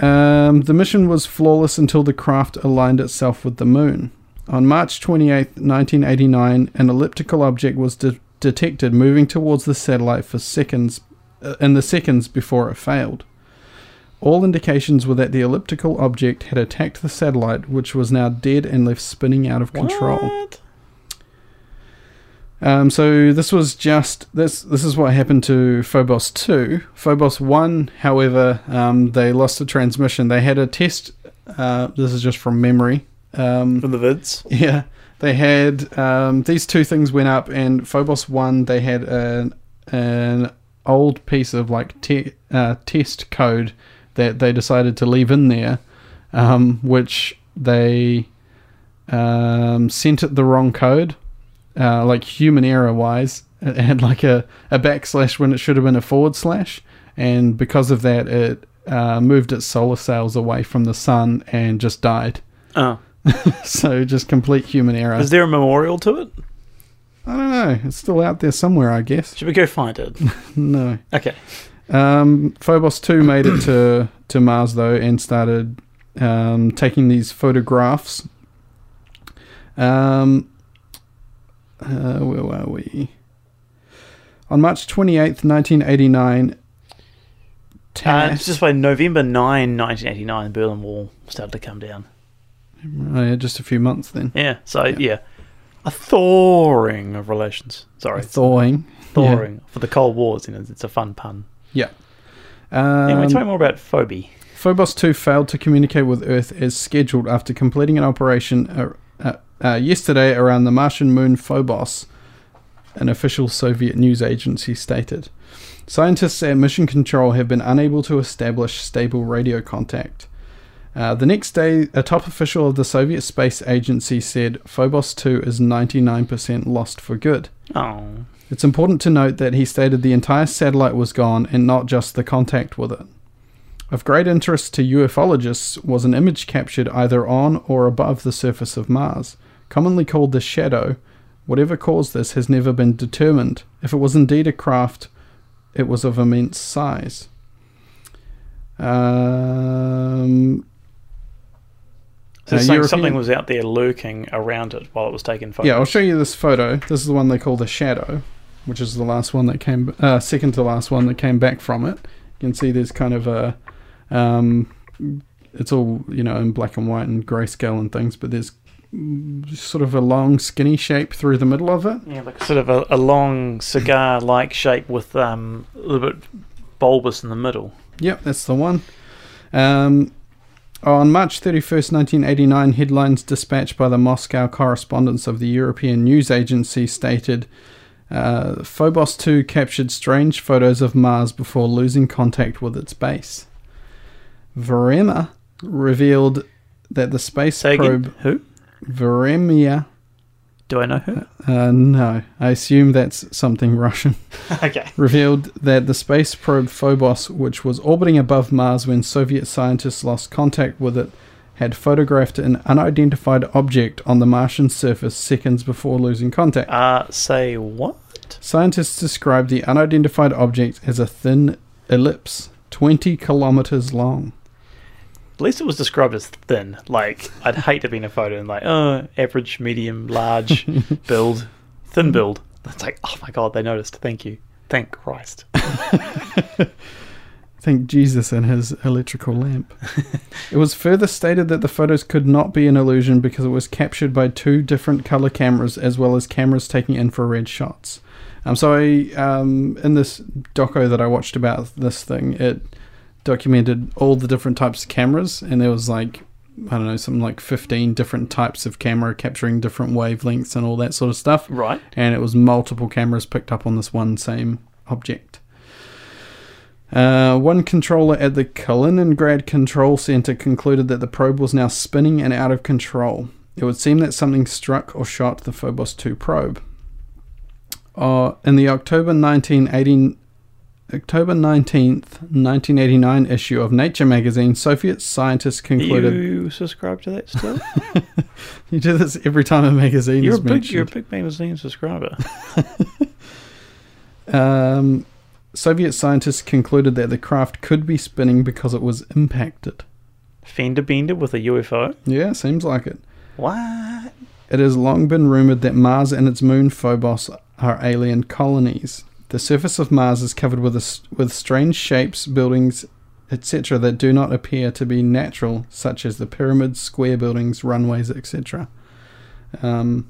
Speaker 2: Um, the mission was flawless until the craft aligned itself with the moon. On March 28, 1989, an elliptical object was de- detected moving towards the satellite for seconds, uh, in the seconds before it failed. All indications were that the elliptical object had attacked the satellite, which was now dead and left spinning out of control.
Speaker 3: What?
Speaker 2: Um, so this was just this. This is what happened to Phobos two. Phobos one, however, um, they lost the transmission. They had a test. Uh, this is just from memory. Um,
Speaker 3: From the vids.
Speaker 2: yeah, they had um, these two things went up, and Phobos one they had an an old piece of like te- uh, test code that they decided to leave in there, um, which they um, sent it the wrong code, uh, like human error wise. It had like a, a backslash when it should have been a forward slash, and because of that, it uh, moved its solar sails away from the sun and just died. [LAUGHS] Ah.
Speaker 3: Oh.
Speaker 2: So just complete human error.
Speaker 3: Is there a memorial to it?
Speaker 2: I don't know. It's still out there somewhere, I guess.
Speaker 3: Should we go
Speaker 2: [LAUGHS]
Speaker 3: find it?
Speaker 2: No.
Speaker 3: Okay.
Speaker 2: Um, Phobos 2 made it to, to Mars, though, and started um, taking these photographs. Um, uh, where were we? On March 28th, 1989,
Speaker 3: Uh,
Speaker 2: TASS.
Speaker 3: it's just by November 9, 1989, the Berlin Wall started to come down.
Speaker 2: Oh, yeah, just a few months then.
Speaker 3: Yeah, so
Speaker 2: Yeah.
Speaker 3: yeah. A thawing of relations. Sorry,
Speaker 2: Thawing. Yeah.
Speaker 3: thawing for the Cold Wars. You know, it's a fun pun.
Speaker 2: Yeah.
Speaker 3: Anyway,
Speaker 2: Um,
Speaker 3: tell me more about Phoebe.
Speaker 2: Phobos 2 failed to communicate with Earth as scheduled after completing an operation uh, uh, uh, yesterday around the Martian moon Phobos, an official Soviet news agency stated. Scientists at Mission Control have been unable to establish stable radio contact. Uh, the next day, a top official of the Soviet Space Agency said Phobos 2 is 99% lost for good.
Speaker 3: Oh,
Speaker 2: It's important to note that he stated the entire satellite was gone and not just the contact with it. Of great interest to ufologists was an image captured either on or above the surface of Mars, commonly called the shadow. Whatever caused this has never been determined. If it was indeed a craft, it was of immense size. Um,
Speaker 3: so
Speaker 2: Uh,
Speaker 3: saying
Speaker 2: European-
Speaker 3: something was out there lurking around it while it was taking photos.
Speaker 2: Yeah, I'll show you this photo. This is the one they call the shadow, which is the last one that came, uh, second to last one that came back from it. You can see there's kind of a, um, it's all you know in black and white and grayscale and things, but there's mm, sort of a long skinny shape through the middle of it.
Speaker 3: yeah, like sort of a, a long cigar-like shape with um, a little bit bulbous in the middle.
Speaker 2: Yep, that's the one. Um, on March 31st, 1989, headlines dispatched by the Moscow correspondents of the European news agency stated uh, Phobos 2 captured strange photos of Mars before losing contact with its base. Verema revealed that the space
Speaker 3: Say again,
Speaker 2: probe
Speaker 3: who?
Speaker 2: Veremia.
Speaker 3: Do I
Speaker 2: [LAUGHS]
Speaker 3: know who?
Speaker 2: Uh, no, I assume that's something Russian
Speaker 3: okay.
Speaker 2: revealed that the space probe Phobos, which was orbiting above Mars when Soviet scientists lost contact with it, had photographed an unidentified object on the Martian surface seconds before losing contact.
Speaker 3: Uh, say what?
Speaker 2: Scientists described the unidentified object as a thin ellipse, 20 kilometers long.
Speaker 3: At least it was described as thin. Like, I'd hate to be in a photo and like, oh, average, medium, [LAUGHS] large build, thin build. It's like, oh my god, they noticed. Thank you. Thank Christ.
Speaker 2: Thank Jesus and his electrical lamp. it was further stated that the photos could not be an illusion because it was captured by two different color cameras as well as cameras taking infrared shots. Um, so I, um, in this doco that I watched about this thing, it documented all the different types of cameras, and there was like I don't know, something like fifteen different types of camera capturing different wavelengths and all that sort of stuff.
Speaker 3: [LAUGHS] Right.
Speaker 2: And it was multiple cameras picked up on this one same object. Uh, one controller at the Kaliningrad Control Center concluded that the probe was now spinning and out of control. It would seem that something struck or shot the Phobos 2 probe. Uh, in the October 1918 October 19th, 1989 issue of Nature magazine, Soviet scientists concluded. [LAUGHS] You,
Speaker 3: You subscribe to that [LAUGHS] still?
Speaker 2: do this every time a magazine
Speaker 3: you're a
Speaker 2: is
Speaker 3: big,
Speaker 2: mentioned.
Speaker 3: you're a big magazine subscriber.
Speaker 2: Um, Soviet scientists concluded that the craft could be spinning because it was impacted.
Speaker 3: Fender bender with a UFO.
Speaker 2: Yeah, seems like it.
Speaker 3: What?
Speaker 2: It has long been rumored that Mars and its moon Phobos are alien colonies. The surface of Mars is covered with a s with strange shapes, buildings, etc., that do not appear to be natural, such as the pyramids, square buildings, runways, etc. Um,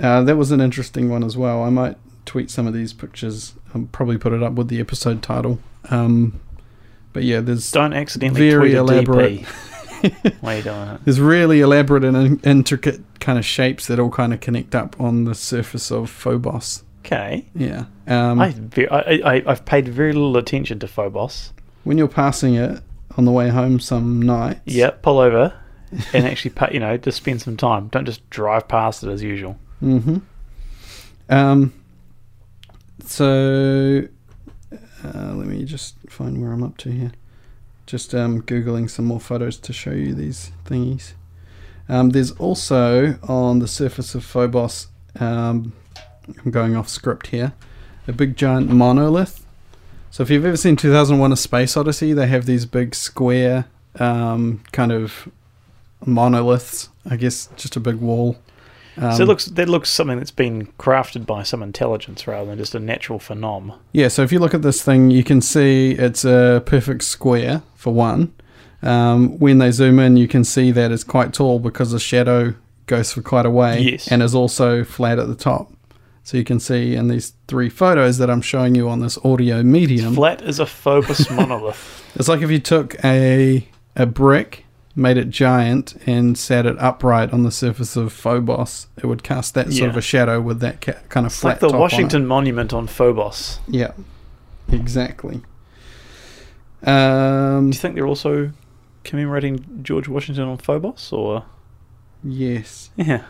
Speaker 2: uh, that was an interesting one as well. I might tweet some of these pictures. I'll probably put it up with the episode title. Um, but yeah, there's
Speaker 3: Don't accidentally
Speaker 2: Very
Speaker 3: tweet
Speaker 2: elaborate.
Speaker 3: a [LAUGHS] DP. Wait on it.
Speaker 2: there's really elaborate and in- intricate kind of shapes that all kind of connect up on the surface of Phobos.
Speaker 3: Okay.
Speaker 2: Yeah. Um,
Speaker 3: I, ve- I, I, I've paid very little attention to Phobos.
Speaker 2: when you're passing it on the way home some nights.
Speaker 3: Yeah, pull over and actually, pa- you know, just spend some time. Don't just drive past it as usual.
Speaker 2: Mm-hmm. Um, so uh, let me just find where I'm up to here. Just um, googling some more photos to show you these thingies. Um, there's also on the surface of Phobos. Um, I'm going off script here. A big giant monolith. So if you've ever seen 2001: A Space Odyssey, they have these big square um, kind of monoliths. I guess just a big wall. Um,
Speaker 3: so it looks that looks something that's been crafted by some intelligence rather than just a natural phenom.
Speaker 2: Yeah, so if you look at this thing, you can see it's a perfect square for one. Um, when they zoom in, you can see that it's quite tall because the shadow goes for quite a way
Speaker 3: Yes.
Speaker 2: and is also flat at the top. So you can see in these three photos that I'm showing you on this audio medium,
Speaker 3: Flat as a
Speaker 2: [LAUGHS]
Speaker 3: Phobos monolith.
Speaker 2: it's like if you took a a brick, made it giant, and sat it upright on the surface of Phobos, it would cast that sort
Speaker 3: Yeah.
Speaker 2: of a shadow with that ca- kind of
Speaker 3: It's
Speaker 2: flat
Speaker 3: like the
Speaker 2: top on it.
Speaker 3: Washington Monument on Phobos.
Speaker 2: Yeah, exactly. Um,
Speaker 3: Do you think they're also commemorating George Washington on Phobos? Or
Speaker 2: yes.
Speaker 3: yeah,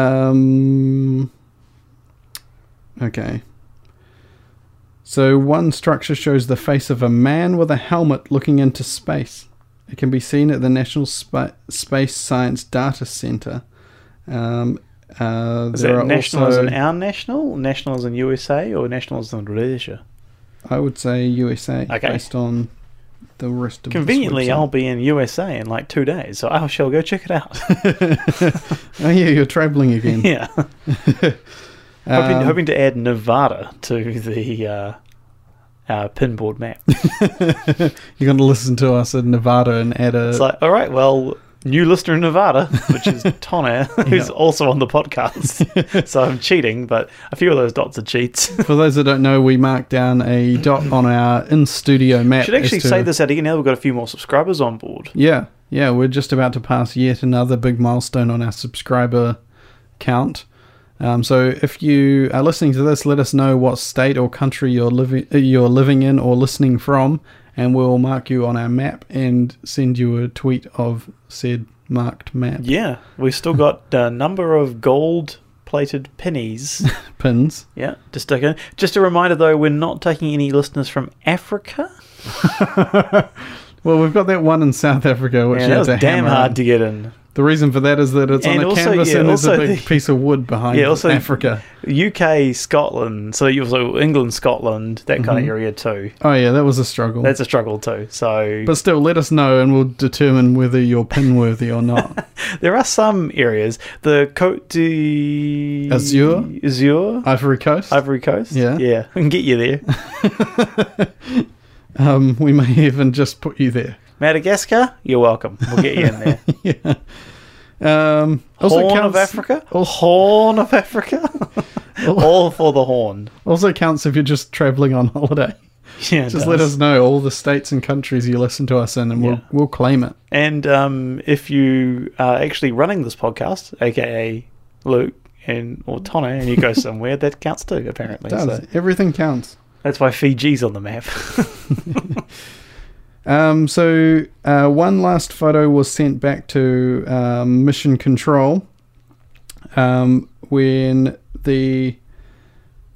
Speaker 2: Um, okay. So one structure shows the face of a man with a helmet looking into space. It can be seen at the National Spa- Space Science Data Center. Um, uh,
Speaker 3: is
Speaker 2: there
Speaker 3: that
Speaker 2: are
Speaker 3: national
Speaker 2: also,
Speaker 3: as in our national, national as in USA, or national as in Rhodesia?
Speaker 2: I would say USA
Speaker 3: Okay.
Speaker 2: based on the rest of this
Speaker 3: Conveniently,
Speaker 2: website.
Speaker 3: I'll be in USA in like two days, so I shall go check it out.
Speaker 2: oh yeah, you're traveling
Speaker 3: [LAUGHS]
Speaker 2: again. [LAUGHS]
Speaker 3: yeah, hoping,
Speaker 2: Um,
Speaker 3: hoping to add Nevada to the uh, uh, pinboard map.
Speaker 2: You're going to listen to us in Nevada and add a.
Speaker 3: It's like, all right, well, new listener in Nevada,
Speaker 2: [LAUGHS]
Speaker 3: which is Tonna, who's
Speaker 2: Yeah.
Speaker 3: also on
Speaker 2: [LAUGHS]
Speaker 3: the podcast. so I'm cheating, but a few of those dots are cheats.
Speaker 2: for those that don't know, we marked down a dot on our in studio map.
Speaker 3: Should
Speaker 2: as
Speaker 3: actually
Speaker 2: to-
Speaker 3: say this out again now we've got a few more subscribers on board.
Speaker 2: Yeah, yeah, we're just about to pass yet another big milestone on our subscriber count. Um, so if you are listening to this, let us know what state or country you're living you're living in or listening from, and we'll mark you on our map and send you a tweet of said marked map
Speaker 3: Yeah,
Speaker 2: [LAUGHS]
Speaker 3: we've still got a number of gold plated
Speaker 2: [LAUGHS]
Speaker 3: pennies.
Speaker 2: pins.
Speaker 3: Yeah, just stick in. Just a reminder though, we're not taking any listeners from Africa.
Speaker 2: Well, we've got that one in South Africa, which
Speaker 3: Yeah,
Speaker 2: you
Speaker 3: that
Speaker 2: had
Speaker 3: was
Speaker 2: to
Speaker 3: damn
Speaker 2: hammer
Speaker 3: hard
Speaker 2: in.
Speaker 3: to get in.
Speaker 2: The reason for that is that it's
Speaker 3: And
Speaker 2: on a
Speaker 3: also-
Speaker 2: canvas
Speaker 3: yeah,
Speaker 2: and there's a
Speaker 3: also [LAUGHS]
Speaker 2: big
Speaker 3: the-
Speaker 2: piece of wood behind
Speaker 3: Yeah, also-
Speaker 2: Africa.
Speaker 3: UK, Scotland. So you've so England, Scotland, that kind of area too.
Speaker 2: Oh yeah, that was a struggle.
Speaker 3: That's a struggle too. So
Speaker 2: but still, let us know and we'll determine whether you're pinworthy or
Speaker 3: [LAUGHS]
Speaker 2: not.
Speaker 3: there are some areas. The Côte d'Azur,
Speaker 2: Azur?
Speaker 3: Azure,
Speaker 2: Ivory Coast.
Speaker 3: Ivory Coast.
Speaker 2: Yeah.
Speaker 3: yeah, I can get
Speaker 2: [LAUGHS]
Speaker 3: you there.
Speaker 2: Um, we may even just put you there.
Speaker 3: Madagascar, you're welcome. We'll get you in there.
Speaker 2: [LAUGHS] yeah. Um, also
Speaker 3: Horn of
Speaker 2: counts- Oh.
Speaker 3: Africa, Horn of Africa,
Speaker 2: [LAUGHS]
Speaker 3: all for the horn.
Speaker 2: Also counts if you're just traveling on holiday.
Speaker 3: Yeah, it
Speaker 2: Just let
Speaker 3: does.
Speaker 2: us know all the states and countries you listen to us in, and we'll
Speaker 3: Yeah.
Speaker 2: we'll claim it.
Speaker 3: And um, if you are actually running this podcast, aka Luke and or Tana, and
Speaker 2: [LAUGHS]
Speaker 3: you go somewhere, that counts too. Apparently,
Speaker 2: Does
Speaker 3: So
Speaker 2: everything counts?
Speaker 3: that's why Fiji's on
Speaker 2: [LAUGHS]
Speaker 3: the map. [LAUGHS]
Speaker 2: Um, so uh, one last photo was sent back to um, Mission Control um, when the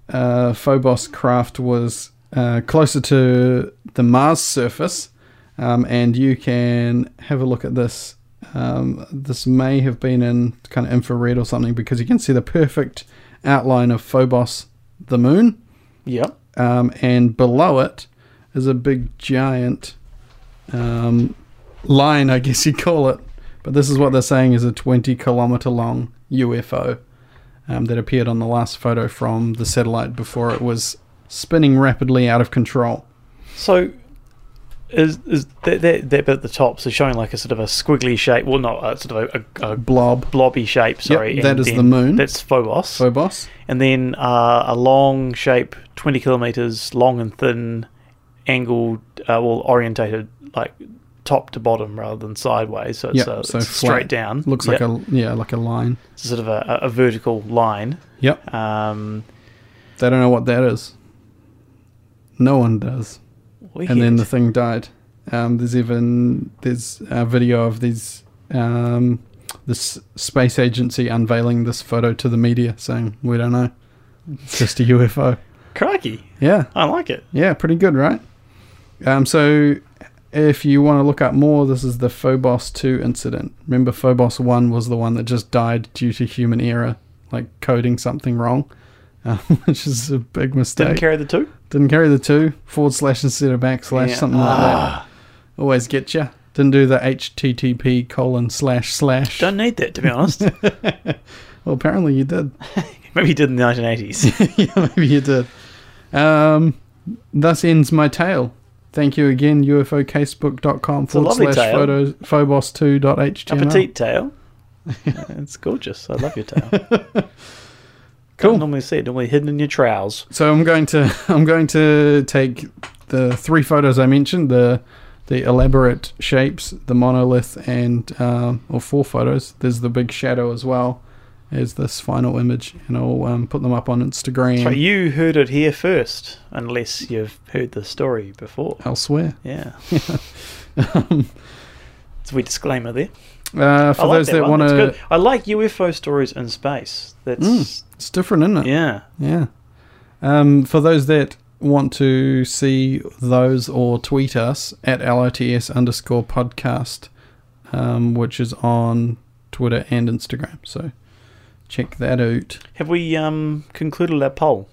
Speaker 2: uh, Phobos craft was uh, closer to the Mars surface, um, and you can have a look at this. Um, this may have been in kind of infrared or something because you can see the perfect outline of Phobos, the moon
Speaker 3: yep.
Speaker 2: um, and below it is a big giant um, line, I guess you call it. But this is what they're saying is a 20 kilometer long UFO um, that appeared on the last photo from the satellite before it was spinning rapidly out of control.
Speaker 3: So is is that, that that bit at the top? So showing like a sort of a squiggly shape. Well, not a sort of a, a, a
Speaker 2: Blob.
Speaker 3: blobby shape. Sorry,
Speaker 2: that
Speaker 3: and
Speaker 2: is the
Speaker 3: then
Speaker 2: moon.
Speaker 3: That's Phobos.
Speaker 2: Phobos.
Speaker 3: and then uh, a long shape, 20 kilometers long and thin, angled, uh, well, orientated like top to bottom rather than sideways. So it's,
Speaker 2: Yep.
Speaker 3: uh,
Speaker 2: so
Speaker 3: it's straight
Speaker 2: flat.
Speaker 3: down.
Speaker 2: Looks like a yeah, like a line.
Speaker 3: a sort of a, a vertical line.
Speaker 2: Yep.
Speaker 3: Um,
Speaker 2: They don't know what that is. No one does. and then the
Speaker 3: weird.
Speaker 2: thing died. Um, there's even there's a video of these um, this space agency unveiling this photo to the media, saying we don't know, it's just a UFO.
Speaker 3: crikey,
Speaker 2: Yeah,
Speaker 3: I like it.
Speaker 2: yeah, pretty good, right? Um, so if you want to look up more, this is the Phobos two incident. Remember, Phobos one was the one that just died due to human error, like coding something wrong, [LAUGHS] uh, which is a big mistake.
Speaker 3: Didn't carry the two.
Speaker 2: Didn't carry the two forward slash instead of backslash
Speaker 3: Yeah.
Speaker 2: something like that. Always get you. Didn't do the HTTP colon slash slash.
Speaker 3: Don't need that to
Speaker 2: [LAUGHS]
Speaker 3: be honest. [LAUGHS]
Speaker 2: Well, apparently you did. [LAUGHS]
Speaker 3: Maybe you did in the 1980s.
Speaker 2: yeah, maybe you did. Um, thus ends my tale. Thank you again, UFOcasebook.com
Speaker 3: a
Speaker 2: forward
Speaker 3: lovely
Speaker 2: slash
Speaker 3: tale.
Speaker 2: photos,
Speaker 3: a
Speaker 2: phobos2.html. [LAUGHS]
Speaker 3: petite tail. it's gorgeous. I love your tail. Don't
Speaker 2: Cool.
Speaker 3: normally see it. Normally hidden in your trousers.
Speaker 2: So I'm going to [LAUGHS] I'm going to take the three photos I mentioned the the elaborate shapes, the monolith, and um, or four photos. There's the big shadow as well as this final image, and I'll um, put them up on Instagram
Speaker 3: So you heard it here first, unless you've heard the story before.
Speaker 2: Oh. elsewhere. [LAUGHS]
Speaker 3: Yeah. it's a weird disclaimer there.
Speaker 2: Uh, Um, for
Speaker 3: I like
Speaker 2: those that,
Speaker 3: one.
Speaker 2: want
Speaker 3: It's
Speaker 2: to,
Speaker 3: good. I like UFO stories in space. That's
Speaker 2: it's different, isn't it?
Speaker 3: yeah.
Speaker 2: Yeah. Um, for those that want to see those or tweet us at LITS underscore podcast, um, which is on Twitter and Instagram. So check that out.
Speaker 3: Have we um concluded our poll?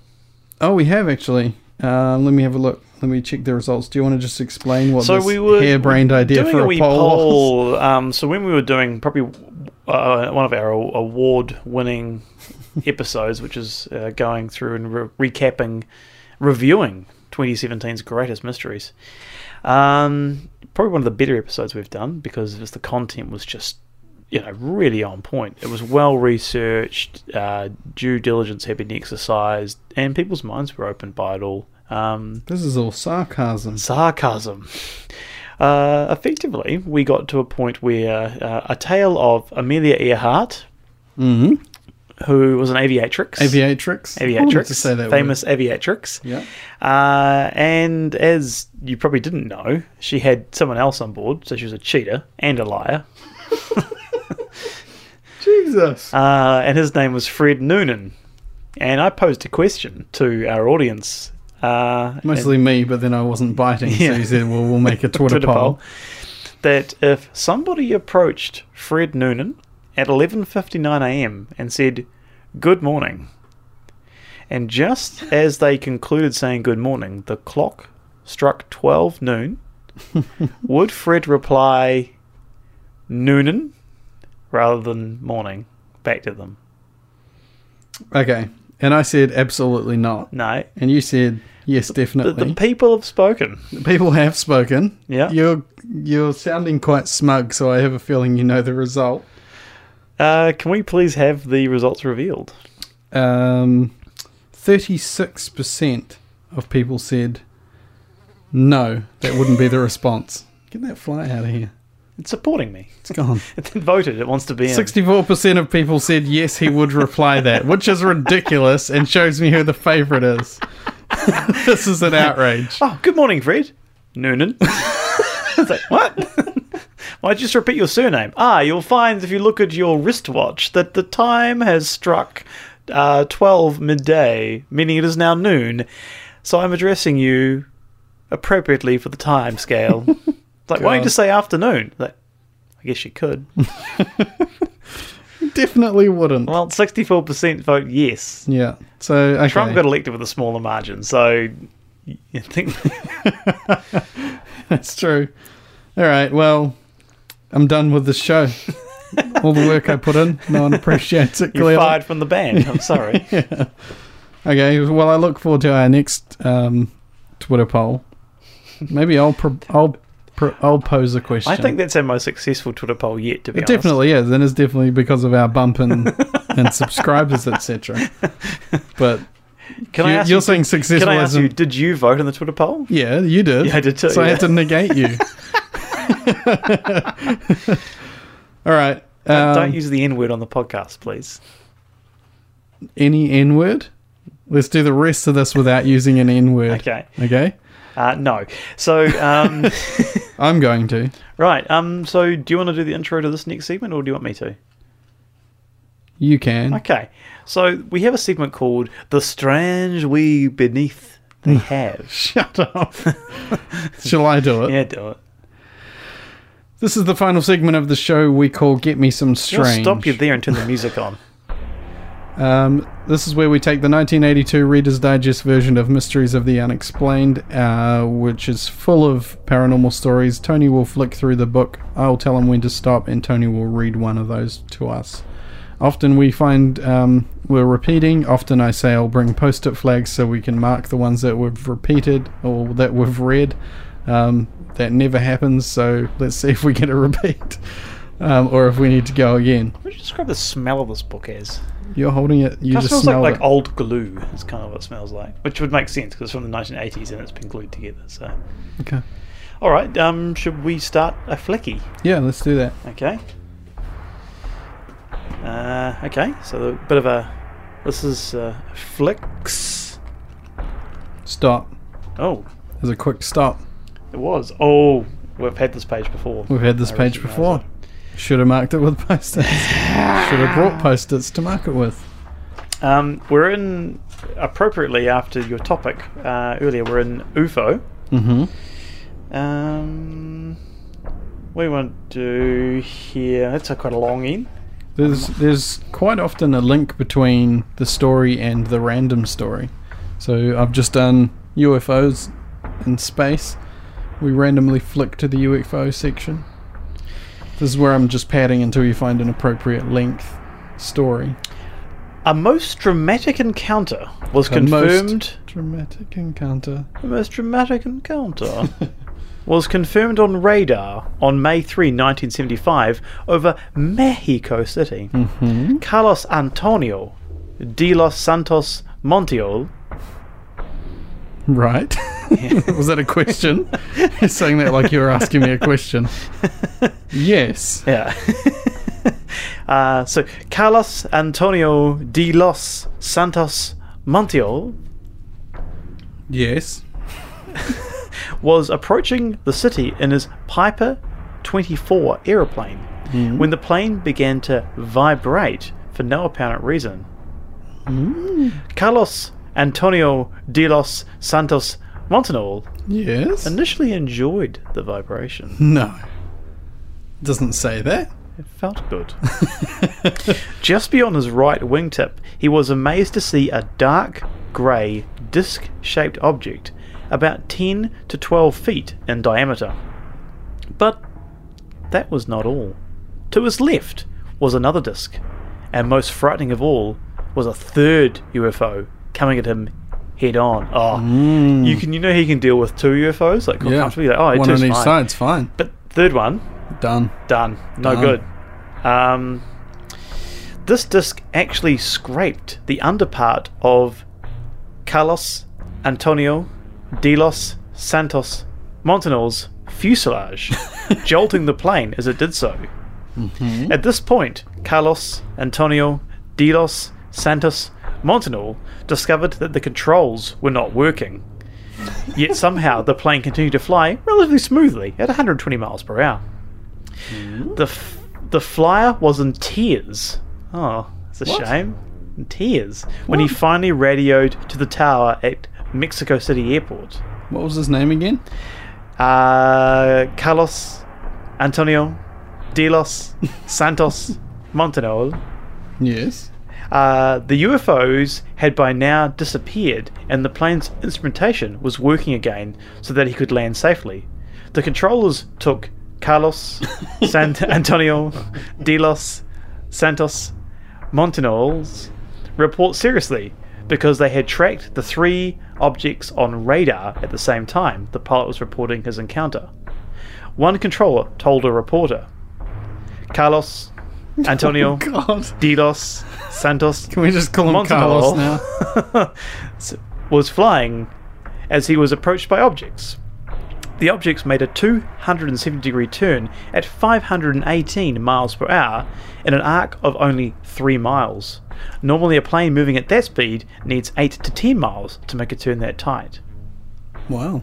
Speaker 2: Oh, we have actually. Um, let me have a look. Let me check the results. Do you want to just explain what
Speaker 3: so
Speaker 2: this
Speaker 3: we were
Speaker 2: harebrained idea
Speaker 3: doing
Speaker 2: for
Speaker 3: a
Speaker 2: a
Speaker 3: wee
Speaker 2: poll, was?
Speaker 3: poll. [LAUGHS] Um, so when we were doing probably uh, one of our award-winning episodes, which is uh, going through and re- recapping, reviewing 2017's greatest mysteries. Um, probably one of the better episodes we've done because just the content was just you know really on point. It was well researched, uh, due diligence had been exercised, and people's minds were opened by it all. Um,
Speaker 2: [LAUGHS] This is all sarcasm.
Speaker 3: sarcasm. Uh, effectively, we got to a point where uh, a tale of Amelia Earhart,
Speaker 2: Mm-hmm.
Speaker 3: who was an aviatrix,
Speaker 2: Aviatrix. I wanted
Speaker 3: aviatrix,
Speaker 2: to say that
Speaker 3: famous aviatrix,
Speaker 2: word. Yeah.
Speaker 3: uh, and as you probably didn't know, she had someone else on board, so she was a cheater and a liar,
Speaker 2: Jesus.
Speaker 3: uh, and his name was Fred Noonan. And I posed a question to our audience. Uh,
Speaker 2: Mostly me, but then I wasn't biting.
Speaker 3: Yeah.
Speaker 2: So he said, well, we'll make a Twitter,
Speaker 3: [LAUGHS] Twitter poll.
Speaker 2: poll.
Speaker 3: that if somebody approached Fred Noonan at 11:59 a.m. and said, "Good morning," and just as they concluded saying "Good morning," the clock struck
Speaker 2: [LAUGHS]
Speaker 3: 12 noon, would Fred reply "Noonan" rather than "morning" back to them?
Speaker 2: Okay. And I said absolutely not.
Speaker 3: No.
Speaker 2: And you said yes,
Speaker 3: The,
Speaker 2: definitely.
Speaker 3: the people have spoken.
Speaker 2: People have spoken.
Speaker 3: Yeah.
Speaker 2: You're you're sounding quite smug, so I have a feeling you know the result.
Speaker 3: Uh, can we please have the results revealed?
Speaker 2: Um, thirty-six percent of people said no. That wouldn't
Speaker 3: [LAUGHS]
Speaker 2: be the response. Get that fly out of here.
Speaker 3: It's supporting me.
Speaker 2: It's gone.
Speaker 3: It then [LAUGHS] voted. It wants to be
Speaker 2: [LAUGHS]
Speaker 3: in.
Speaker 2: Sixty-four percent of people said yes. He would reply
Speaker 3: [LAUGHS]
Speaker 2: that, which is ridiculous and shows me who the favorite is. [LAUGHS] this is an outrage.
Speaker 3: Oh, good morning, Fred. Noonan. [LAUGHS] it's like, what? [LAUGHS] Why just repeat your surname? Ah, you'll find if you look at your wristwatch that the time has struck uh, 12 midday, meaning it is now noon. So I'm addressing you appropriately for the
Speaker 2: [LAUGHS]
Speaker 3: time scale. it's like, why
Speaker 2: God.
Speaker 3: don't you just say afternoon? Like, I guess you could.
Speaker 2: Definitely wouldn't. [LAUGHS]
Speaker 3: well, 64% vote yes.
Speaker 2: Yeah. So okay.
Speaker 3: Trump
Speaker 2: [LAUGHS]
Speaker 3: got elected with a smaller margin, so you think
Speaker 2: That's true. All right. Well, I'm done with the
Speaker 3: [LAUGHS]
Speaker 2: show. All the work I put in, no one appreciates it.
Speaker 3: you're
Speaker 2: Clearly.
Speaker 3: fired from the band.
Speaker 2: [LAUGHS]
Speaker 3: I'm sorry.
Speaker 2: Okay. Well, I look forward to our next um, Twitter poll. Maybe I'll pro- I'll pro- I'll pose a question.
Speaker 3: I think that's our most successful Twitter poll yet, to be
Speaker 2: it
Speaker 3: honest.
Speaker 2: definitely is, and it's definitely because of our bump
Speaker 3: [LAUGHS]
Speaker 2: in, and subscribers, etc. But
Speaker 3: Can I
Speaker 2: you,
Speaker 3: ask
Speaker 2: you're
Speaker 3: you,
Speaker 2: saying
Speaker 3: can
Speaker 2: successful
Speaker 3: I ask
Speaker 2: isn't-
Speaker 3: you, did you vote in the Twitter poll? Uh,
Speaker 2: Yeah, you did.
Speaker 3: Yeah, I did too,
Speaker 2: So I had to
Speaker 3: yeah.
Speaker 2: negate
Speaker 3: [LAUGHS]
Speaker 2: you. All right. Um,
Speaker 3: Uh, Don't use the N word on the podcast, please.
Speaker 2: any N word. Let's do the rest of this without using an N word.
Speaker 3: Okay.
Speaker 2: Okay.
Speaker 3: Uh, no. So,
Speaker 2: [LAUGHS]
Speaker 3: um,
Speaker 2: I'm going to.
Speaker 3: right. Um, so, do you want to do the intro to this next segment, or do you want me to?
Speaker 2: You can.
Speaker 3: Okay. So, we have a segment called The Strange We Beneath They Have.
Speaker 2: Hmm. [LAUGHS] Shut up. Shall I do it?
Speaker 3: [LAUGHS] Yeah, do it.
Speaker 2: This is the final segment of the show we call Get Me Some Strange.
Speaker 3: Just stop you there and turn the music on.
Speaker 2: Um, this is where we take the 1982 Reader's Digest version of Mysteries of the Unexplained, uh, which is full of paranormal stories. Tony will flick through the book, I'll tell him when to stop, and Tony will read one of those to us. Often we find um, we're repeating. Often I say I'll bring post it flags so we can mark the ones that we've repeated or that we've read. Um, that never happens, so let's see [LAUGHS] if we get a repeat um, or if we need to go again.
Speaker 3: What would you describe the smell of this book as?
Speaker 2: You're holding it, you
Speaker 3: It
Speaker 2: just
Speaker 3: smells like,
Speaker 2: smell
Speaker 3: like
Speaker 2: it.
Speaker 3: old glue. Is kind of what it smells like, which would make sense because it's from the 1980s and it's been glued together. So,
Speaker 2: okay.
Speaker 3: all right. Um, should we start a flecky?
Speaker 2: Yeah, let's do that.
Speaker 3: Okay. Uh, okay. So a bit of a. This is uh, flicks.
Speaker 2: Stop.
Speaker 3: Oh,
Speaker 2: There's a quick stop.
Speaker 3: it was. Oh, we've had this page before.
Speaker 2: We've had this
Speaker 3: I
Speaker 2: page
Speaker 3: recognise
Speaker 2: before. Should have marked it with [LAUGHS] post-its. Should have brought post-its to mark it with.
Speaker 3: it. Um, we're in appropriately after your topic uh, earlier. We're in UFO.
Speaker 2: Mm-hmm.
Speaker 3: Um, what do you want to do here? That's a quite a long in.
Speaker 2: There's there's quite often a link between the story and the random story. So I've just done UFOs in space. We randomly flick to the UFO section. This is where I'm just padding until you find an appropriate length story.
Speaker 3: A most dramatic encounter was
Speaker 2: The most
Speaker 3: confirmed.
Speaker 2: dramatic encounter.
Speaker 3: The most dramatic encounter was confirmed on radar on May 3, 1975, over Mexico City.
Speaker 2: Mm-hmm.
Speaker 3: Carlos Antonio de los Santos Montiel.
Speaker 2: Right. [LAUGHS] was that a
Speaker 3: [LAUGHS]
Speaker 2: question? You're saying that like you were asking me a question. Yes.
Speaker 3: Yeah. [LAUGHS] uh, so, Carlos Antonio de los Santos Montiel
Speaker 2: Yes.
Speaker 3: was approaching the city in his Piper 24 aeroplane when the plane began to vibrate for no apparent reason. Carlos Antonio de los Santos Montanol
Speaker 2: Yes.
Speaker 3: initially enjoyed the vibration,
Speaker 2: No. doesn't say that.
Speaker 3: It felt
Speaker 2: [LAUGHS]
Speaker 3: good. Just beyond his right wingtip, he was amazed to see a dark grey disc shaped object about 10 to 12 feet in diameter. But that was not all. To his left was another disc, and most frightening of all was a third UFO coming at him head on. Oh, you can you know he can deal with two UFOs like
Speaker 2: Mm. Yeah.
Speaker 3: comfortably. Like, oh,
Speaker 2: One
Speaker 3: two's
Speaker 2: on each
Speaker 3: fine.
Speaker 2: side's fine.
Speaker 3: But third one,
Speaker 2: Done.
Speaker 3: Done. No
Speaker 2: Done.
Speaker 3: good. Um, this disc actually scraped the underpart of Carlos Antonio de los Santos Montanal's fuselage, jolting the plane as it did so. At this point, Carlos Antonio de los Santos Montanal discovered that the controls were not working. Yet somehow the plane continued to fly relatively smoothly at 120 miles per hour. The f- the flyer was in tears. Oh, it's a
Speaker 2: What?
Speaker 3: shame. In tears when he finally radioed to the tower at Mexico City Airport.
Speaker 2: What was his name again?
Speaker 3: Uh, Carlos Antonio de los Santos Montanol.
Speaker 2: Yes.
Speaker 3: Uh, the UFOs had by now disappeared, and the plane's instrumentation was working again so that he could land safely. The controllers took Carlos San Antonio de los Santos Montanol's report seriously because they had tracked the three objects on radar at the same time the pilot was reporting his encounter. One controller told a reporter, Carlos Antonio
Speaker 2: [LAUGHS] God.
Speaker 3: Dilos Santos
Speaker 2: Can we just call him Carlos now?
Speaker 3: Montanol was flying as he was approached by objects. The objects made a 270 degree turn at 518 miles per hour in an arc of only 3 miles. Normally, a plane moving at that speed needs 8 to 10 miles to make a turn that tight. [LAUGHS]
Speaker 2: Wow.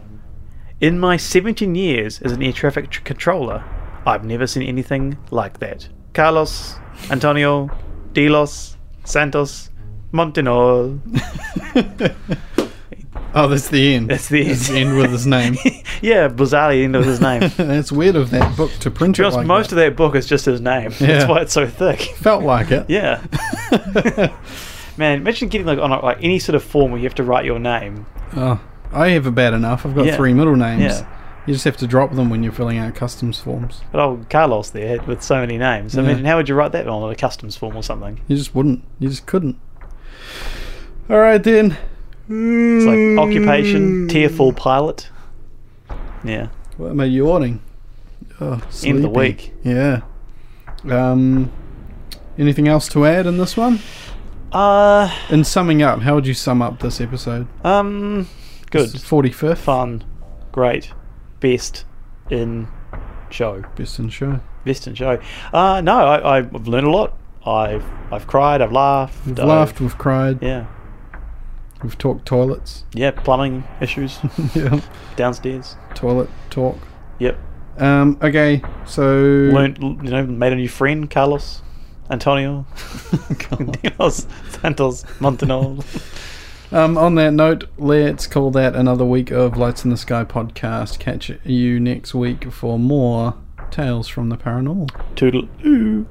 Speaker 3: In my 17 years as an air traffic tr- controller, I've never seen anything like that. Carlos, Antonio, de los Santos, Montenol.
Speaker 2: Oh, that's the end.
Speaker 3: That's the
Speaker 2: That's
Speaker 3: end.
Speaker 2: the end with his
Speaker 3: [LAUGHS]
Speaker 2: name.
Speaker 3: yeah, bizarrely, the end of
Speaker 2: [LAUGHS]
Speaker 3: his name. To
Speaker 2: that's weird of that book to print
Speaker 3: be
Speaker 2: it.
Speaker 3: honest,
Speaker 2: like
Speaker 3: most
Speaker 2: that.
Speaker 3: of that book is just his name. [LAUGHS]
Speaker 2: Yeah.
Speaker 3: That's why it's so thick. [LAUGHS]
Speaker 2: felt like it.
Speaker 3: Yeah.
Speaker 2: [LAUGHS]
Speaker 3: Man, imagine getting like on a, like any sort of form where you have to write your name.
Speaker 2: Oh, I have a bad enough. I've got
Speaker 3: Yeah.
Speaker 2: three middle names.
Speaker 3: Yeah.
Speaker 2: You just have to drop them when you're filling out customs forms.
Speaker 3: But old Carlos there with so many names. I mean,
Speaker 2: Yeah.
Speaker 3: how would you write that on a customs form or something?
Speaker 2: You just wouldn't. You just couldn't. All right then.
Speaker 3: It's like occupation, tearful pilot. Yeah.
Speaker 2: What am I yawning? Oh,
Speaker 3: End of the
Speaker 2: sleepy.
Speaker 3: week.
Speaker 2: Yeah. Um. Anything else to add in this one?
Speaker 3: Uh,
Speaker 2: In summing up, how would you sum up this episode?
Speaker 3: um, good,
Speaker 2: Forty fifth.
Speaker 3: fun, great, best in show,
Speaker 2: Best in show.
Speaker 3: best in show. Uh, no, I, I've learned a lot. I've I've cried. I've laughed.
Speaker 2: We've
Speaker 3: I've-
Speaker 2: laughed. We've cried.
Speaker 3: Yeah,
Speaker 2: We've talked toilets. [LAUGHS]
Speaker 3: yeah. Plumbing issues
Speaker 2: yeah.
Speaker 3: downstairs.
Speaker 2: Toilet talk.
Speaker 3: Yep.
Speaker 2: Um. Okay. So. [LAUGHS]
Speaker 3: Learned. [LAUGHS] You know, made a new friend, Carlos, Antonio, [LAUGHS] Dios Santos Montanol.
Speaker 2: Um, on that note, let's call that another week of Lights in the Sky podcast. Catch you next week for more Tales from the Paranormal.
Speaker 3: Toodle oo.